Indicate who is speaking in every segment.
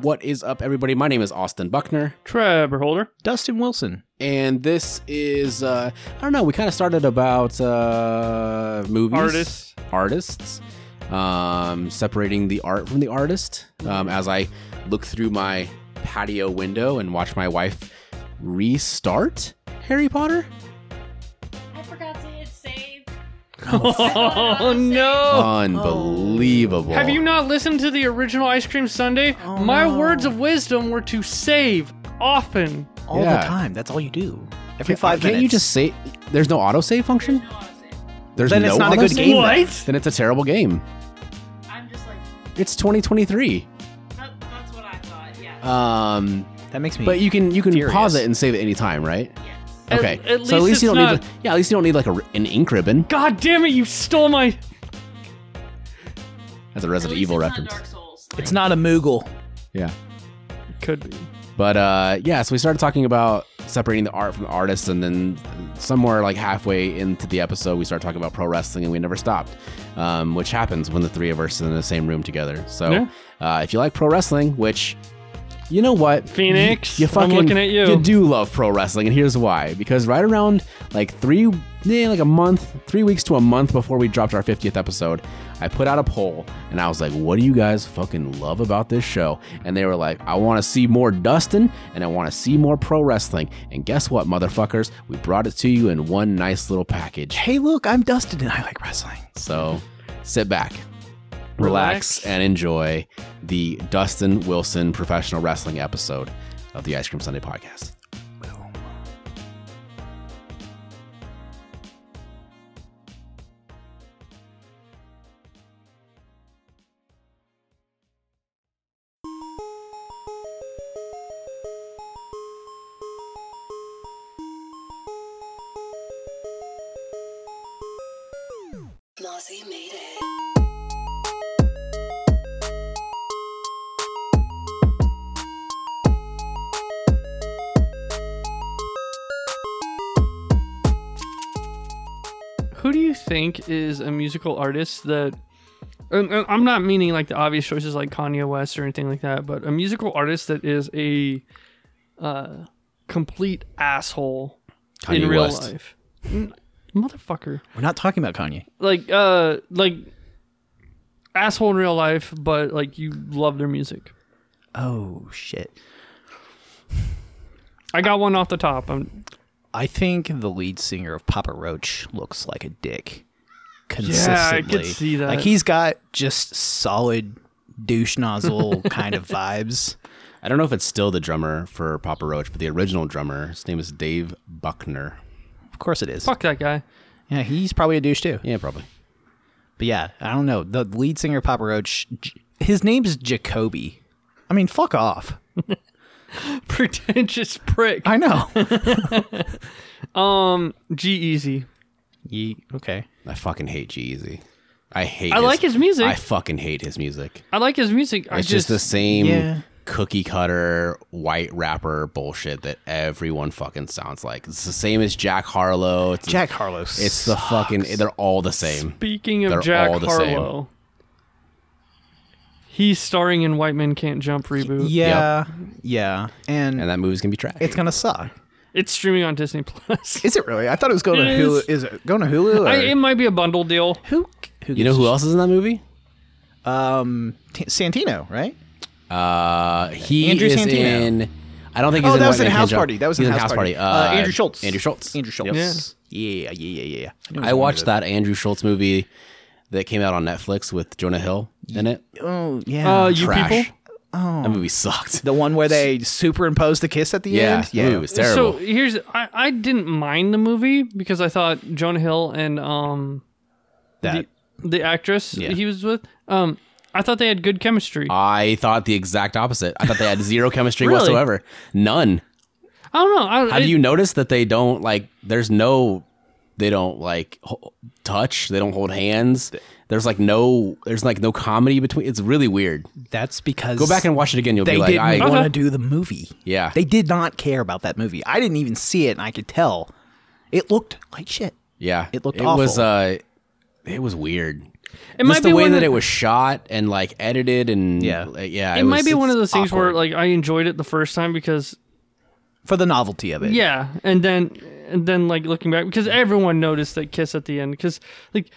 Speaker 1: What is up, everybody? My name is Austin Buckner,
Speaker 2: Trevor Holder.
Speaker 3: Dustin Wilson.
Speaker 1: and this is uh, I don't know. We kind of started about uh, movies,
Speaker 2: Artists.
Speaker 1: artists, um, separating the art from the artist. Um, as I look through my patio window and watch my wife restart Harry Potter.
Speaker 4: I forgot to hit save.
Speaker 2: Oh no!
Speaker 1: Unbelievable.
Speaker 2: Have you not listened to the original Ice Cream Sunday? My words of wisdom were to save often.
Speaker 3: All
Speaker 1: Yeah.
Speaker 3: the time. That's all you do.
Speaker 1: Can,
Speaker 3: Every 5
Speaker 1: can't
Speaker 3: minutes.
Speaker 1: you just say there's no autosave function?
Speaker 4: No, honestly,
Speaker 1: There's
Speaker 3: Then
Speaker 1: no
Speaker 3: it's not a good
Speaker 1: autosave?
Speaker 3: game.
Speaker 2: What?
Speaker 1: Then it's a terrible game.
Speaker 4: I'm just like,
Speaker 1: It's 2023.
Speaker 4: that, that's what I thought. Yeah.
Speaker 1: Um,
Speaker 3: That makes me.
Speaker 1: but you can you can
Speaker 3: Furious.
Speaker 1: pause it and save at any time, right?
Speaker 4: yes.
Speaker 2: At-
Speaker 1: Okay.
Speaker 2: at
Speaker 1: so at
Speaker 2: least
Speaker 1: least you
Speaker 2: it's
Speaker 1: don't
Speaker 2: not-
Speaker 1: need like- yeah, at least you don't need like a, r- an ink ribbon.
Speaker 2: God damn it! You stole my.
Speaker 1: That's a
Speaker 4: At
Speaker 1: Resident
Speaker 4: least
Speaker 1: Evil
Speaker 4: it's
Speaker 1: reference.
Speaker 4: Not Dark Souls. Like,
Speaker 3: it's not a Moogle.
Speaker 1: Yeah.
Speaker 2: Could be.
Speaker 1: But uh, yeah, so we started talking about separating the art from the artist, and then somewhere like halfway into the episode, we started talking about pro wrestling, and we never stopped, um, which happens when the three of us are in the same room together. So
Speaker 2: Yeah.
Speaker 1: uh, if you like pro wrestling, which you know what,
Speaker 2: Phoenix,
Speaker 1: you, you
Speaker 2: I'm
Speaker 1: fucking,
Speaker 2: looking at you.
Speaker 1: You do love pro wrestling, and here's why: because right around like three, yeah, like a month, three weeks to a month before we dropped our 50th episode, I put out a poll, and I was like, "What do you guys fucking love about this show?" And they were like, "I want to see more Dustin, and I want to see more pro wrestling." And guess what, motherfuckers? We brought it to you in one nice little package.
Speaker 3: Hey, look, I'm Dustin and I like wrestling.
Speaker 1: So sit back, relax,
Speaker 2: Relax.
Speaker 1: and enjoy the Dustin Wilson professional wrestling episode of the Ice Cream Sunday podcast.
Speaker 5: Mozzie made it.
Speaker 2: Who do you think is a musical artist that? And, and I'm not meaning like the obvious choices like Kanye West or anything like that, but a musical artist that is a uh, complete asshole in
Speaker 1: Kanye
Speaker 2: real
Speaker 1: West.
Speaker 2: life. N- Motherfucker.
Speaker 3: We're not talking about Kanye.
Speaker 2: like uh like asshole in real life but like you love their music
Speaker 3: Oh, shit.
Speaker 2: i got one off the top i'm
Speaker 3: I think the lead singer of Papa Roach looks like a dick. Consistently.
Speaker 2: Yeah, I could see that.
Speaker 3: Like he's got just solid douche nozzle kind of vibes.
Speaker 1: I don't know if it's still the drummer for Papa Roach, but the original drummer, his name is Dave Buckner.
Speaker 3: Of course it is.
Speaker 2: fuck that guy
Speaker 3: Yeah, he's probably a douche too.
Speaker 1: Yeah, probably.
Speaker 3: But yeah, I don't know. The lead singer of Papa Roach, J- his name's Jacoby. I mean, fuck off.
Speaker 2: pretentious prick
Speaker 3: I know.
Speaker 2: um g easy
Speaker 3: Ye- okay.
Speaker 1: I fucking hate G-Eazy. I hate.
Speaker 2: I like his music.
Speaker 1: I fucking hate his music.
Speaker 2: i like his music i
Speaker 1: It's just,
Speaker 2: just,
Speaker 1: the same
Speaker 3: Yeah.
Speaker 1: cookie cutter white rapper bullshit that everyone fucking sounds like. It's the same as Jack Harlow. It's,
Speaker 3: Jack Harlow's.
Speaker 1: It's the fucking. They're all the same.
Speaker 2: speaking of
Speaker 1: They're
Speaker 2: jack
Speaker 1: all the same.
Speaker 2: harlow he's starring in white men can't jump reboot
Speaker 3: Yeah. Yeah. And,
Speaker 1: And that movie's gonna be trash.
Speaker 3: it's going to suck.
Speaker 2: it's streaming on disney plus
Speaker 3: Is it really? I thought it was going
Speaker 2: It
Speaker 3: to Hulu.
Speaker 2: is.
Speaker 3: Is. it going to Hulu? Or,
Speaker 2: I, it might be a bundle deal
Speaker 3: who, who?
Speaker 1: you know who else is in that movie?
Speaker 3: Um, T- Santino, right?
Speaker 1: Uh, he
Speaker 3: Andrew
Speaker 1: is
Speaker 3: Santino.
Speaker 1: in. I don't think he's
Speaker 3: oh,
Speaker 1: in
Speaker 3: that was
Speaker 1: White
Speaker 3: in
Speaker 1: Man Can't
Speaker 3: House
Speaker 1: Jump.
Speaker 3: Party. That was in
Speaker 1: He's
Speaker 3: House Party. Uh, Andrew Schultz.
Speaker 1: Andrew Schultz.
Speaker 3: Andrew Schultz.
Speaker 1: Yep.
Speaker 2: Yeah.
Speaker 3: Yeah. Yeah. Yeah. Yeah. yeah.
Speaker 1: I watched that Andrew Schultz movie that came out on Netflix with Jonah Hill in it.
Speaker 3: Oh yeah.
Speaker 2: uh you
Speaker 1: Trash.
Speaker 2: people
Speaker 1: That movie sucked.
Speaker 3: the one where they superimpose the kiss at the
Speaker 1: yeah,
Speaker 3: end.
Speaker 1: that movie was terrible.
Speaker 2: So here's I, I didn't mind the movie because I thought Jonah Hill and um
Speaker 3: That-
Speaker 2: the, the actress
Speaker 1: Yeah. Uh,
Speaker 2: he was with um I thought they had good chemistry.
Speaker 1: I thought the exact opposite. I thought they had zero chemistry
Speaker 2: Really?
Speaker 1: whatsoever. None.
Speaker 2: I don't know. I,
Speaker 1: How do you notice that they don't like? There's no. They don't like ho- touch. They don't hold hands. There's like no. There's like no comedy between. It's really weird.
Speaker 3: That's because
Speaker 1: Go back and watch it again. You'll
Speaker 3: they
Speaker 1: be like,
Speaker 3: didn't
Speaker 1: I,
Speaker 2: Okay.
Speaker 3: want to do the movie.
Speaker 1: Yeah.
Speaker 3: They did not care about that movie. I didn't even see it, and I could tell it looked like shit.
Speaker 1: yeah.
Speaker 3: It looked
Speaker 1: It was.
Speaker 3: awful.
Speaker 1: uh It was weird.
Speaker 2: It
Speaker 1: Just the way
Speaker 2: one
Speaker 1: that
Speaker 2: of-
Speaker 1: it was shot and like edited and
Speaker 3: Yeah.
Speaker 1: like, yeah.
Speaker 2: It, might
Speaker 1: was-
Speaker 2: be one of
Speaker 1: it's
Speaker 2: those things where
Speaker 1: awkward.
Speaker 2: like I enjoyed it the first time because
Speaker 3: for the novelty of it.
Speaker 2: yeah, and then and then like looking back because everyone noticed that kiss at the end because like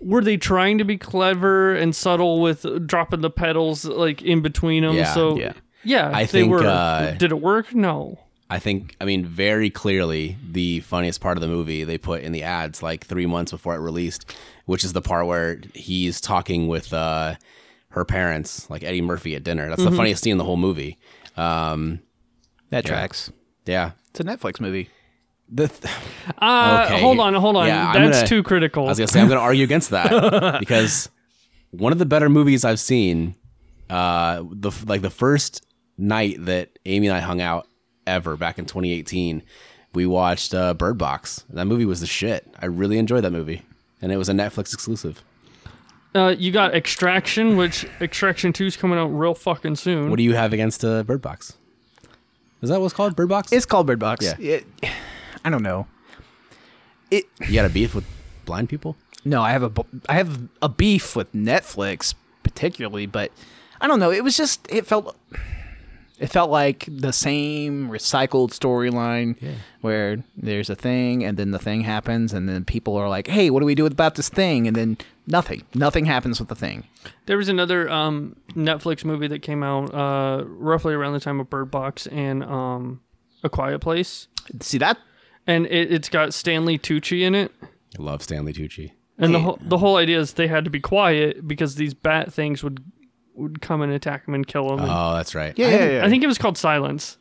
Speaker 2: were they trying to be clever and subtle with dropping the pedals like in between them?
Speaker 1: Yeah,
Speaker 2: so
Speaker 3: yeah.
Speaker 2: yeah,
Speaker 1: I
Speaker 2: they
Speaker 1: think,
Speaker 2: were.
Speaker 1: uh,
Speaker 2: Did it work? No.
Speaker 1: I think I mean very clearly the funniest part of the movie they put in the ads like three months before it released, which is the part where he's talking with uh, her parents, like Eddie Murphy at dinner. That's
Speaker 2: Mm-hmm.
Speaker 1: the funniest scene in the whole movie. Um,
Speaker 3: that tracks.
Speaker 1: yeah.
Speaker 3: It's a Netflix movie.
Speaker 1: The th-
Speaker 2: Uh,
Speaker 1: Okay,
Speaker 2: hold
Speaker 1: here-
Speaker 2: on, hold on.
Speaker 1: yeah, I'm
Speaker 2: That's
Speaker 1: gonna-
Speaker 2: too critical.
Speaker 1: I was gonna say I'm gonna argue against that because one of the better movies I've seen, uh, the f- like the first night that Amy and I hung out ever back in 2018, we watched uh, Bird Box. That movie was the shit. I really enjoyed that movie, and it was a Netflix exclusive.
Speaker 2: Uh, you got Extraction, which Extraction Two is coming out real fucking soon.
Speaker 1: What do you have against uh, Bird Box? Is that what's called Bird Box?
Speaker 3: It's called Bird Box.
Speaker 1: Yeah.
Speaker 3: It- I don't know.
Speaker 1: you got a beef with blind people?
Speaker 3: No, I have a bu- I have a beef with Netflix particularly, but I don't know. It was just it felt it felt like the same recycled storyline where there's a thing and then the thing happens and then people are like, "Hey, what do we do about this thing?" and then nothing. Nothing happens with the thing.
Speaker 2: There was another um, Netflix movie that came out uh, roughly around the time of Bird Box and um, A Quiet Place,
Speaker 3: See that?
Speaker 2: and it, it's got Stanley Tucci in it.
Speaker 1: I love Stanley Tucci.
Speaker 2: And the whole the whole idea is they had to be quiet because these bat things would would come and attack them and kill them.
Speaker 1: Oh, that's right.
Speaker 3: Yeah, yeah, yeah.
Speaker 2: I think it was called Silence.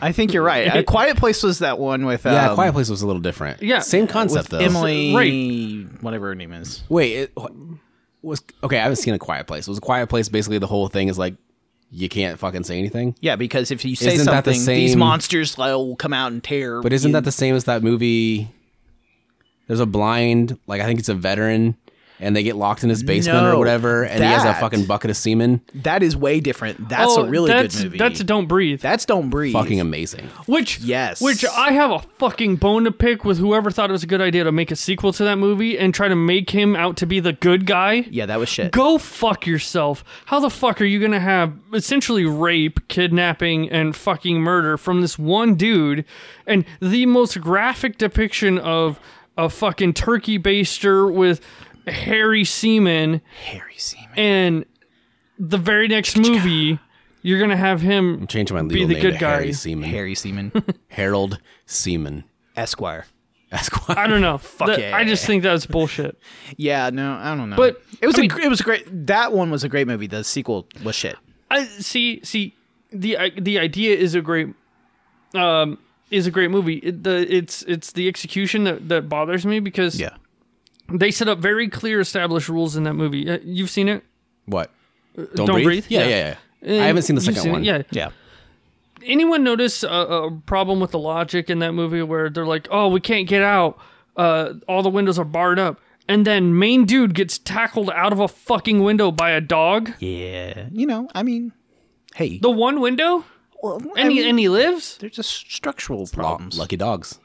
Speaker 3: I think you're right. A Quiet Place was that one with um,
Speaker 1: Yeah, Quiet Place was a little different.
Speaker 2: yeah,
Speaker 1: same
Speaker 2: with
Speaker 1: concept though.
Speaker 3: Emily,
Speaker 2: Right.
Speaker 3: whatever her name is.
Speaker 1: Wait, it
Speaker 2: Mm.
Speaker 1: wh- was okay. I haven't seen a Quiet Place. Was a Quiet Place basically the whole thing is like you can't fucking say anything.
Speaker 3: Yeah, because if you say
Speaker 1: Isn't that the
Speaker 3: something, these
Speaker 1: same-
Speaker 3: monsters like, will come out and tear.
Speaker 1: But isn't
Speaker 3: you-
Speaker 1: that the same as that movie? There's a blind, like I think it's a veteran, and they get locked in his basement or
Speaker 3: No,
Speaker 1: whatever, and he has a
Speaker 3: that-
Speaker 1: fucking bucket of semen.
Speaker 3: that is way different? That's
Speaker 2: oh,
Speaker 3: a really
Speaker 2: that's,
Speaker 3: good movie.
Speaker 2: That's Don't Breathe.
Speaker 3: That's Don't Breathe.
Speaker 1: Fucking amazing.
Speaker 2: Which
Speaker 3: Yes.
Speaker 2: which I have a fucking bone to pick with whoever thought it was a good idea to make a sequel to that movie and try to make him out to be the good guy.
Speaker 3: yeah, that was shit.
Speaker 2: Go fuck yourself. How the fuck are you gonna have essentially rape, kidnapping, and fucking murder from this one dude, and the most graphic depiction of a fucking turkey baster with hairy semen
Speaker 3: Harry Seaman.
Speaker 2: and the very next movie. You're gonna have him.
Speaker 1: Change my legal
Speaker 2: the
Speaker 1: name
Speaker 2: good
Speaker 1: to
Speaker 2: guy.
Speaker 1: Harry Seaman.
Speaker 3: Harry Seaman,
Speaker 1: Harold Seaman.
Speaker 3: Esquire.
Speaker 1: Esquire.
Speaker 2: I don't know. Fuck
Speaker 3: yeah.
Speaker 2: I just think that's bullshit.
Speaker 3: Yeah, no, I don't know.
Speaker 2: But,
Speaker 3: it was
Speaker 2: I
Speaker 3: a
Speaker 2: mean-
Speaker 3: gr- it was a great. That one was a great movie. The sequel was shit.
Speaker 2: I see. See, the i- the idea is a great, um, is a great movie. It, the it's it's the execution that, that bothers me because they set up very clear established rules in that movie. Uh, You've seen it?
Speaker 1: What? Don't,
Speaker 2: Uh, Don't Breathe?
Speaker 1: Yeah,
Speaker 2: Yeah.
Speaker 1: yeah, yeah. I haven't seen the
Speaker 2: You've
Speaker 1: second
Speaker 2: it?
Speaker 1: one.
Speaker 2: Yeah.
Speaker 3: yeah.
Speaker 2: Anyone notice a, a problem with the logic in that movie where they're like, "Oh, we can't get out. Uh, all the windows are barred up." And then main dude gets tackled out of a fucking window by a dog.
Speaker 3: Yeah. You know, I mean, hey,
Speaker 2: The one window,
Speaker 3: well, I
Speaker 2: and he
Speaker 3: mean,
Speaker 2: and he lives.
Speaker 3: there's just structural
Speaker 1: Law-
Speaker 3: problems.
Speaker 1: Lucky dogs.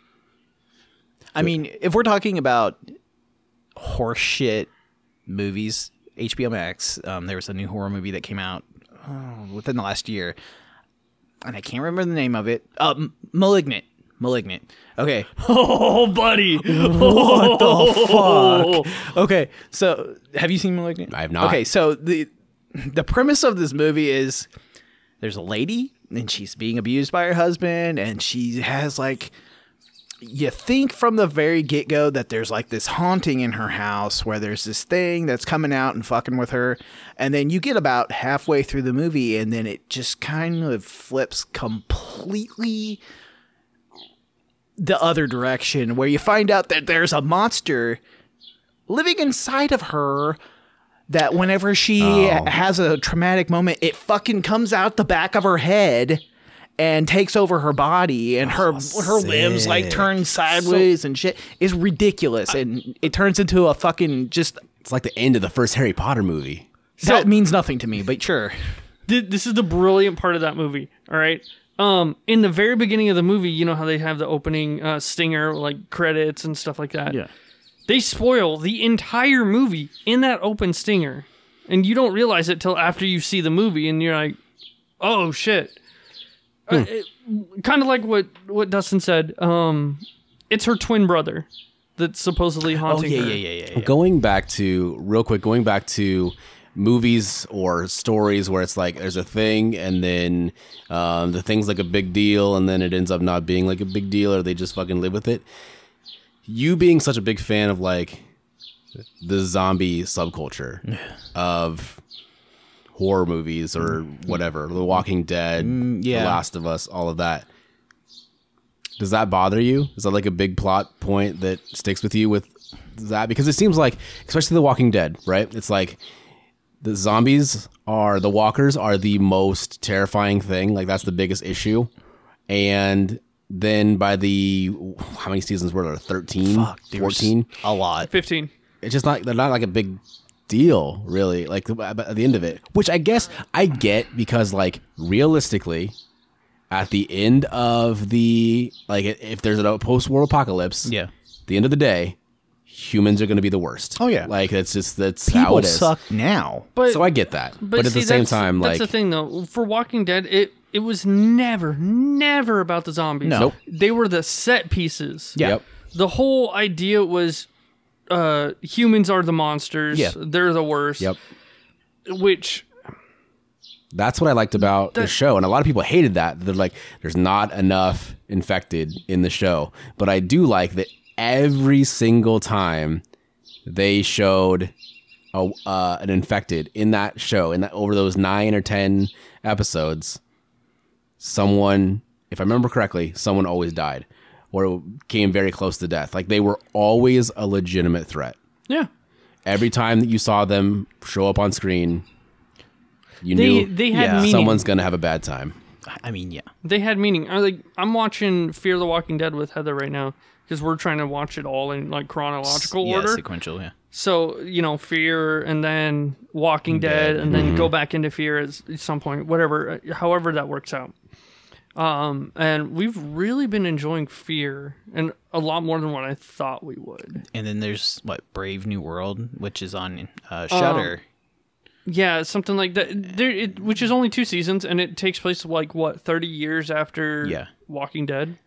Speaker 3: I mean, if we're talking about horseshit movies, HBO Max, um, there was a new horror movie that came out oh, within the last year, and I can't remember the name of it. Uh, M- Malignant. Malignant. Okay.
Speaker 2: Oh, buddy.
Speaker 3: What the fuck? Okay. So, have you seen Malignant?
Speaker 1: I have not.
Speaker 3: Okay. So the the premise of this movie is there's a lady and she's being abused by her husband and she has like you think from the very get go that there's like this haunting in her house where there's this thing that's coming out and fucking with her. And then you get about halfway through the movie and then it just kind of flips completely the other direction where you find out that there's a monster living inside of her that whenever she
Speaker 1: Oh.
Speaker 3: has a traumatic moment, it fucking comes out the back of her head and takes over her body and her her limbs like
Speaker 1: sick.
Speaker 3: turn sideways and shit is ridiculous and it turns into a fucking just
Speaker 1: It's like the end of the first Harry Potter movie.
Speaker 3: that means nothing to me but sure
Speaker 2: Th- this is the brilliant part of that movie. All right. Um, in the very beginning of the movie, you know how they have the opening uh, stinger, like credits and stuff like that.
Speaker 3: Yeah.
Speaker 2: They spoil the entire movie in that open stinger, and you don't realize it till after you see the movie, and you're like, "Oh shit!"
Speaker 3: Hmm.
Speaker 2: kind of like what what Dustin said. Um, it's her twin brother that's supposedly
Speaker 3: Oh
Speaker 2: haunting
Speaker 3: yeah,
Speaker 2: her.
Speaker 3: yeah, yeah, yeah. yeah.
Speaker 1: Going back to real quick, going back to movies or stories where it's like there's a thing and then um, the thing's like a big deal and then it ends up not being like a big deal or they just fucking live with it. You being such a big fan of like the zombie subculture of horror movies or whatever, The Walking Dead,
Speaker 3: Mm, yeah.
Speaker 1: The Last of Us, all of that. Does that bother you? Is that like a big plot point that sticks with you with that? Because it seems like, especially The Walking Dead, right? It's like the zombies are the walkers are the most terrifying thing. Like that's the biggest issue. And then by the how many seasons were there? 13,
Speaker 3: Fuck, there's
Speaker 1: 14?
Speaker 3: a lot.
Speaker 2: Fifteen.
Speaker 1: it's just not they're not like a big deal really like at at the end of it which i guess i get because like realistically at the end of the like if there's a post-war apocalypse
Speaker 3: Yeah.
Speaker 1: the end of the day humans are going to be the worst
Speaker 3: Oh, yeah.
Speaker 1: like it's just that's how
Speaker 3: People
Speaker 1: it is
Speaker 3: suck now.
Speaker 2: But
Speaker 1: so i get that but, at the
Speaker 2: see,
Speaker 1: same
Speaker 2: that's-
Speaker 1: time
Speaker 2: that's
Speaker 1: like
Speaker 2: the thing though. For Walking Dead, it it was never, never about the zombies.
Speaker 3: No. Nope.
Speaker 2: they were the set pieces.
Speaker 3: Yeah.
Speaker 1: yep
Speaker 2: the whole idea was uh humans are the monsters
Speaker 1: Yeah.
Speaker 2: they're the worst
Speaker 1: yep
Speaker 2: which
Speaker 1: That's what I liked about the
Speaker 2: That-
Speaker 1: show, and a lot of people hated that. They're like, "There's not enough infected in the show," but I do like that every single time they showed a, uh, an infected in that show, in that over those nine or ten episodes, someone, if I remember correctly, someone always died or came very close to death. Like they were always a legitimate threat.
Speaker 2: yeah
Speaker 1: Every time that you saw them show up on screen, you
Speaker 2: they
Speaker 1: knew
Speaker 2: they had
Speaker 3: Yeah.
Speaker 2: meaning
Speaker 1: someone's gonna have a bad time.
Speaker 3: I mean, yeah.
Speaker 2: they had meaning i like i'm watching fear the walking dead with heather right now because we're trying to watch it all in like chronological
Speaker 3: yeah,
Speaker 2: order
Speaker 3: sequential, yeah.
Speaker 2: so you know fear and then walking dead, Mm-hmm. and then go back into fear at s- at some point whatever uh, however that works out um and we've really been enjoying fear and a lot more than what i thought we would
Speaker 3: And then there's what Brave New World, which is on uh,
Speaker 2: Oh.
Speaker 3: Shutter.
Speaker 2: Yeah, something like that. There, it, which is only two seasons, and it takes place like what thirty years after
Speaker 3: Yeah.
Speaker 2: Walking Dead,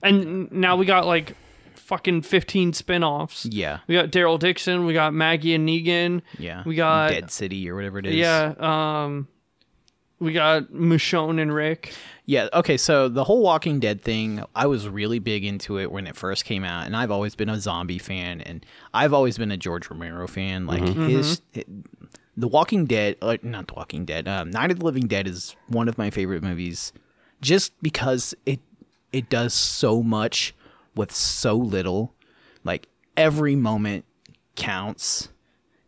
Speaker 2: and n- now we got like fucking fifteen spin-offs.
Speaker 3: yeah,
Speaker 2: we got Daryl Dixon, we got Maggie and Negan,
Speaker 3: yeah.
Speaker 2: we got
Speaker 3: Dead City or whatever it is.
Speaker 2: yeah, um, we got Michonne and Rick.
Speaker 3: Yeah. Okay. So the whole Walking Dead thing, I was really big into it when it first came out, and I've always been a zombie fan, and I've always been a George Romero fan. Like
Speaker 2: Mm-hmm.
Speaker 3: his, The Walking Dead, uh, not The Walking Dead, um, Night of the Living Dead is one of my favorite movies, just because it it does so much with so little. Like every moment counts,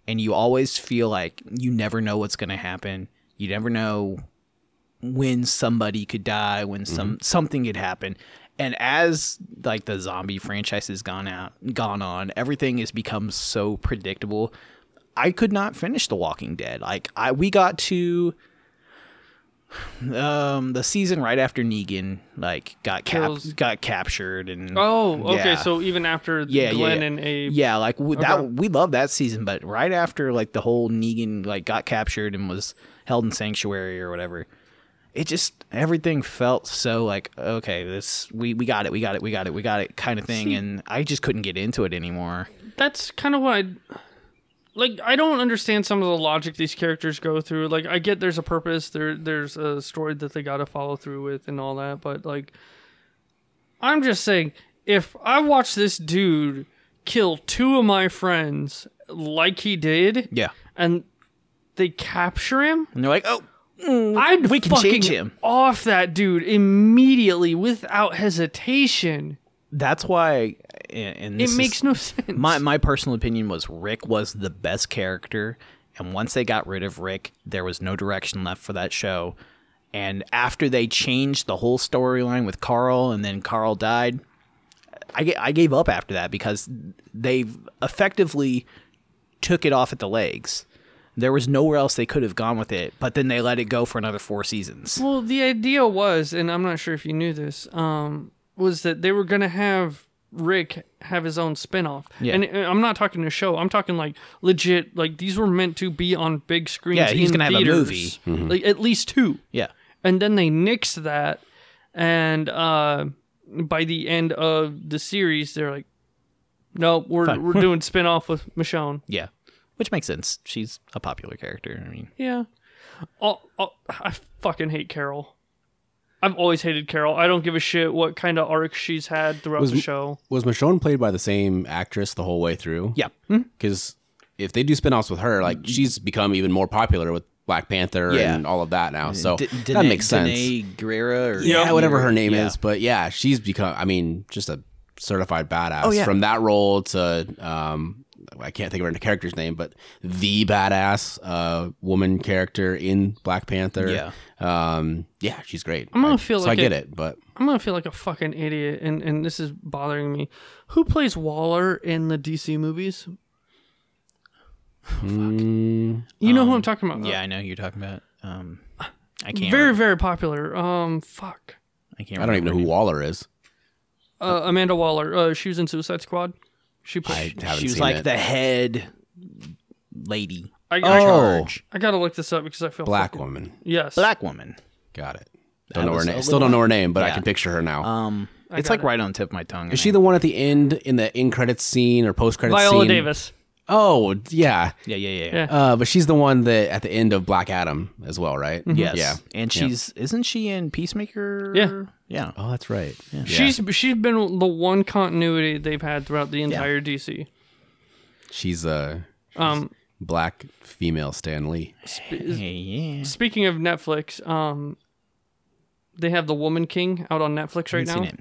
Speaker 3: and you always feel like you never know what's gonna happen. You never know when somebody could die, when some something could happen. And as like the zombie franchise has gone out, gone on, everything has become so predictable. I could not finish The Walking Dead. Like I, we got to um the season right after Negan like got cap-
Speaker 2: Kills-
Speaker 3: got captured and
Speaker 2: Oh, okay.
Speaker 3: Yeah.
Speaker 2: So even after
Speaker 3: yeah,
Speaker 2: Glenn
Speaker 3: yeah.
Speaker 2: and Abe,
Speaker 3: Yeah, like we,
Speaker 2: Okay.
Speaker 3: that we love that season, but right after like the whole Negan like got captured and was held in sanctuary or whatever, it just everything felt so like okay, this we we got it, we got it, we got it, we got it kind of thing,
Speaker 2: See-
Speaker 3: and I just couldn't get into it anymore.
Speaker 2: that's kind of what I like I don't understand some of the logic these characters go through. Like I get there's a purpose, there there's a story that they got to follow through with and all that, but like I'm just saying if I watch this dude kill two of my friends like he did
Speaker 3: Yeah,
Speaker 2: and they capture him,
Speaker 3: and they're like, oh,
Speaker 2: I'd
Speaker 3: We can
Speaker 2: fucking
Speaker 3: change him.
Speaker 2: off that dude immediately without hesitation.
Speaker 3: that's why. And, and
Speaker 2: It
Speaker 3: this is-
Speaker 2: makes no sense.
Speaker 3: my my personal opinion was Rick was the best character, and once they got rid of Rick, there was no direction left for that show. And after they changed the whole storyline with Carl, and then Carl died, I ga- I gave up after that because they effectively took it off at the legs. There was nowhere else they could have gone with it, but then they let it go for another four seasons.
Speaker 2: Well, the idea was, and I'm not sure if you knew this, um, was that they were going to have Rick have his own spinoff.
Speaker 3: Yeah.
Speaker 2: And uh, I'm not talking a show. I'm talking like legit. Like these were meant to be on big screens.
Speaker 3: Yeah, he's
Speaker 2: in
Speaker 3: gonna have a
Speaker 2: theaters. Like at least two.
Speaker 3: Yeah.
Speaker 2: And then they nixed that, and uh, by the end of the series, they're like, "No, we're
Speaker 3: Fine.
Speaker 2: we're doing spinoff with Michonne."
Speaker 3: Yeah. Which makes sense. She's a popular character. I mean,
Speaker 2: Yeah. i I fucking hate Carol. I've always hated Carol. I don't give a shit what kind of arc she's had throughout
Speaker 1: Was-
Speaker 2: the show.
Speaker 1: Was Michonne played by the same actress the whole way through?
Speaker 3: yeah. Mm-hmm.
Speaker 1: Because if they do spin-offs with her, like she's become even more popular with Black Panther
Speaker 3: Yeah.
Speaker 1: and all of that now. So
Speaker 3: D-
Speaker 1: that
Speaker 3: Danae-
Speaker 1: makes sense.
Speaker 3: Danae Guerrera or
Speaker 1: yeah, whatever her name
Speaker 3: Yeah.
Speaker 1: is. But yeah, she's become. I mean, just a certified badass.
Speaker 3: Oh, yeah.
Speaker 1: From that role to, um, I can't think of her character's name, but the badass uh, woman character in Black Panther.
Speaker 3: Yeah.
Speaker 1: um, yeah, she's great.
Speaker 2: I'm gonna
Speaker 1: I-
Speaker 2: feel
Speaker 1: so
Speaker 2: like
Speaker 1: I get
Speaker 2: it-
Speaker 1: it, but
Speaker 2: I'm gonna feel like a fucking idiot, and and this is bothering me. Who plays Waller in the DC movies?
Speaker 1: Mm,
Speaker 2: You know who I'm talking about?
Speaker 3: Yeah, I know who you're talking about. Um, I can't.
Speaker 2: very
Speaker 3: remember-
Speaker 2: very popular. Um, fuck.
Speaker 3: I can't.
Speaker 1: I don't even know who Waller is.
Speaker 2: Uh, Amanda Waller. Uh, she was in Suicide Squad. She
Speaker 1: I
Speaker 2: played.
Speaker 1: haven't
Speaker 3: She was
Speaker 1: seen
Speaker 3: like
Speaker 1: it.
Speaker 3: the head lady.
Speaker 2: I, I,
Speaker 1: Oh,
Speaker 2: I gotta look this up because I feel
Speaker 1: black
Speaker 2: fucking-
Speaker 1: woman.
Speaker 2: Yes.
Speaker 3: Black woman.
Speaker 1: Got it. Don't
Speaker 3: That
Speaker 1: know her
Speaker 3: was
Speaker 1: name.
Speaker 3: a
Speaker 1: Still don't
Speaker 3: little-
Speaker 1: know her name, but I
Speaker 3: Yeah.
Speaker 1: can picture her now.
Speaker 3: Um,
Speaker 2: I
Speaker 3: it's
Speaker 2: got
Speaker 3: like
Speaker 2: it.
Speaker 3: right on the tip of my tongue.
Speaker 1: is she the one at the end in the in credits scene or post credits scene?
Speaker 2: Viola Davis.
Speaker 1: Oh yeah,
Speaker 3: Yeah, yeah, yeah.
Speaker 2: Yeah.
Speaker 3: yeah.
Speaker 1: Uh, but she's the one that at the end of Black Adam as well, right?
Speaker 3: Mm-hmm. Yes.
Speaker 1: Yeah.
Speaker 3: And she's isn't she in Peacemaker?
Speaker 2: Yeah.
Speaker 3: Yeah.
Speaker 1: Oh, that's right. Yeah.
Speaker 2: She's she's been the one continuity they've had throughout the entire DC.
Speaker 1: she's a
Speaker 2: Um,
Speaker 1: black female Stan Lee.
Speaker 3: Yeah, yeah.
Speaker 2: speaking of Netflix, um, they have the Woman King out on Netflix right
Speaker 3: Haven't
Speaker 2: now.
Speaker 3: seen it.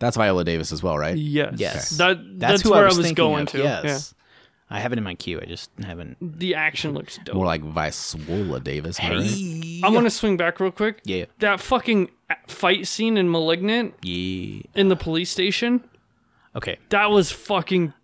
Speaker 1: That's Viola Davis as well, right?
Speaker 2: Yes,
Speaker 3: Yes.
Speaker 2: That
Speaker 3: That's,
Speaker 2: that's,
Speaker 3: who
Speaker 2: where
Speaker 3: I was, thinking
Speaker 2: going
Speaker 3: of,
Speaker 2: to.
Speaker 3: Yes. I have it in my queue. I just haven't.
Speaker 2: Yeah. The action looks dope.
Speaker 1: More like Viola Davis. am I right?
Speaker 3: Hey.
Speaker 2: I want to swing back real quick.
Speaker 3: Yeah.
Speaker 2: That fucking fight scene in *Malignant*
Speaker 3: Yeah.
Speaker 2: in the police station.
Speaker 3: Okay.
Speaker 2: That was fucking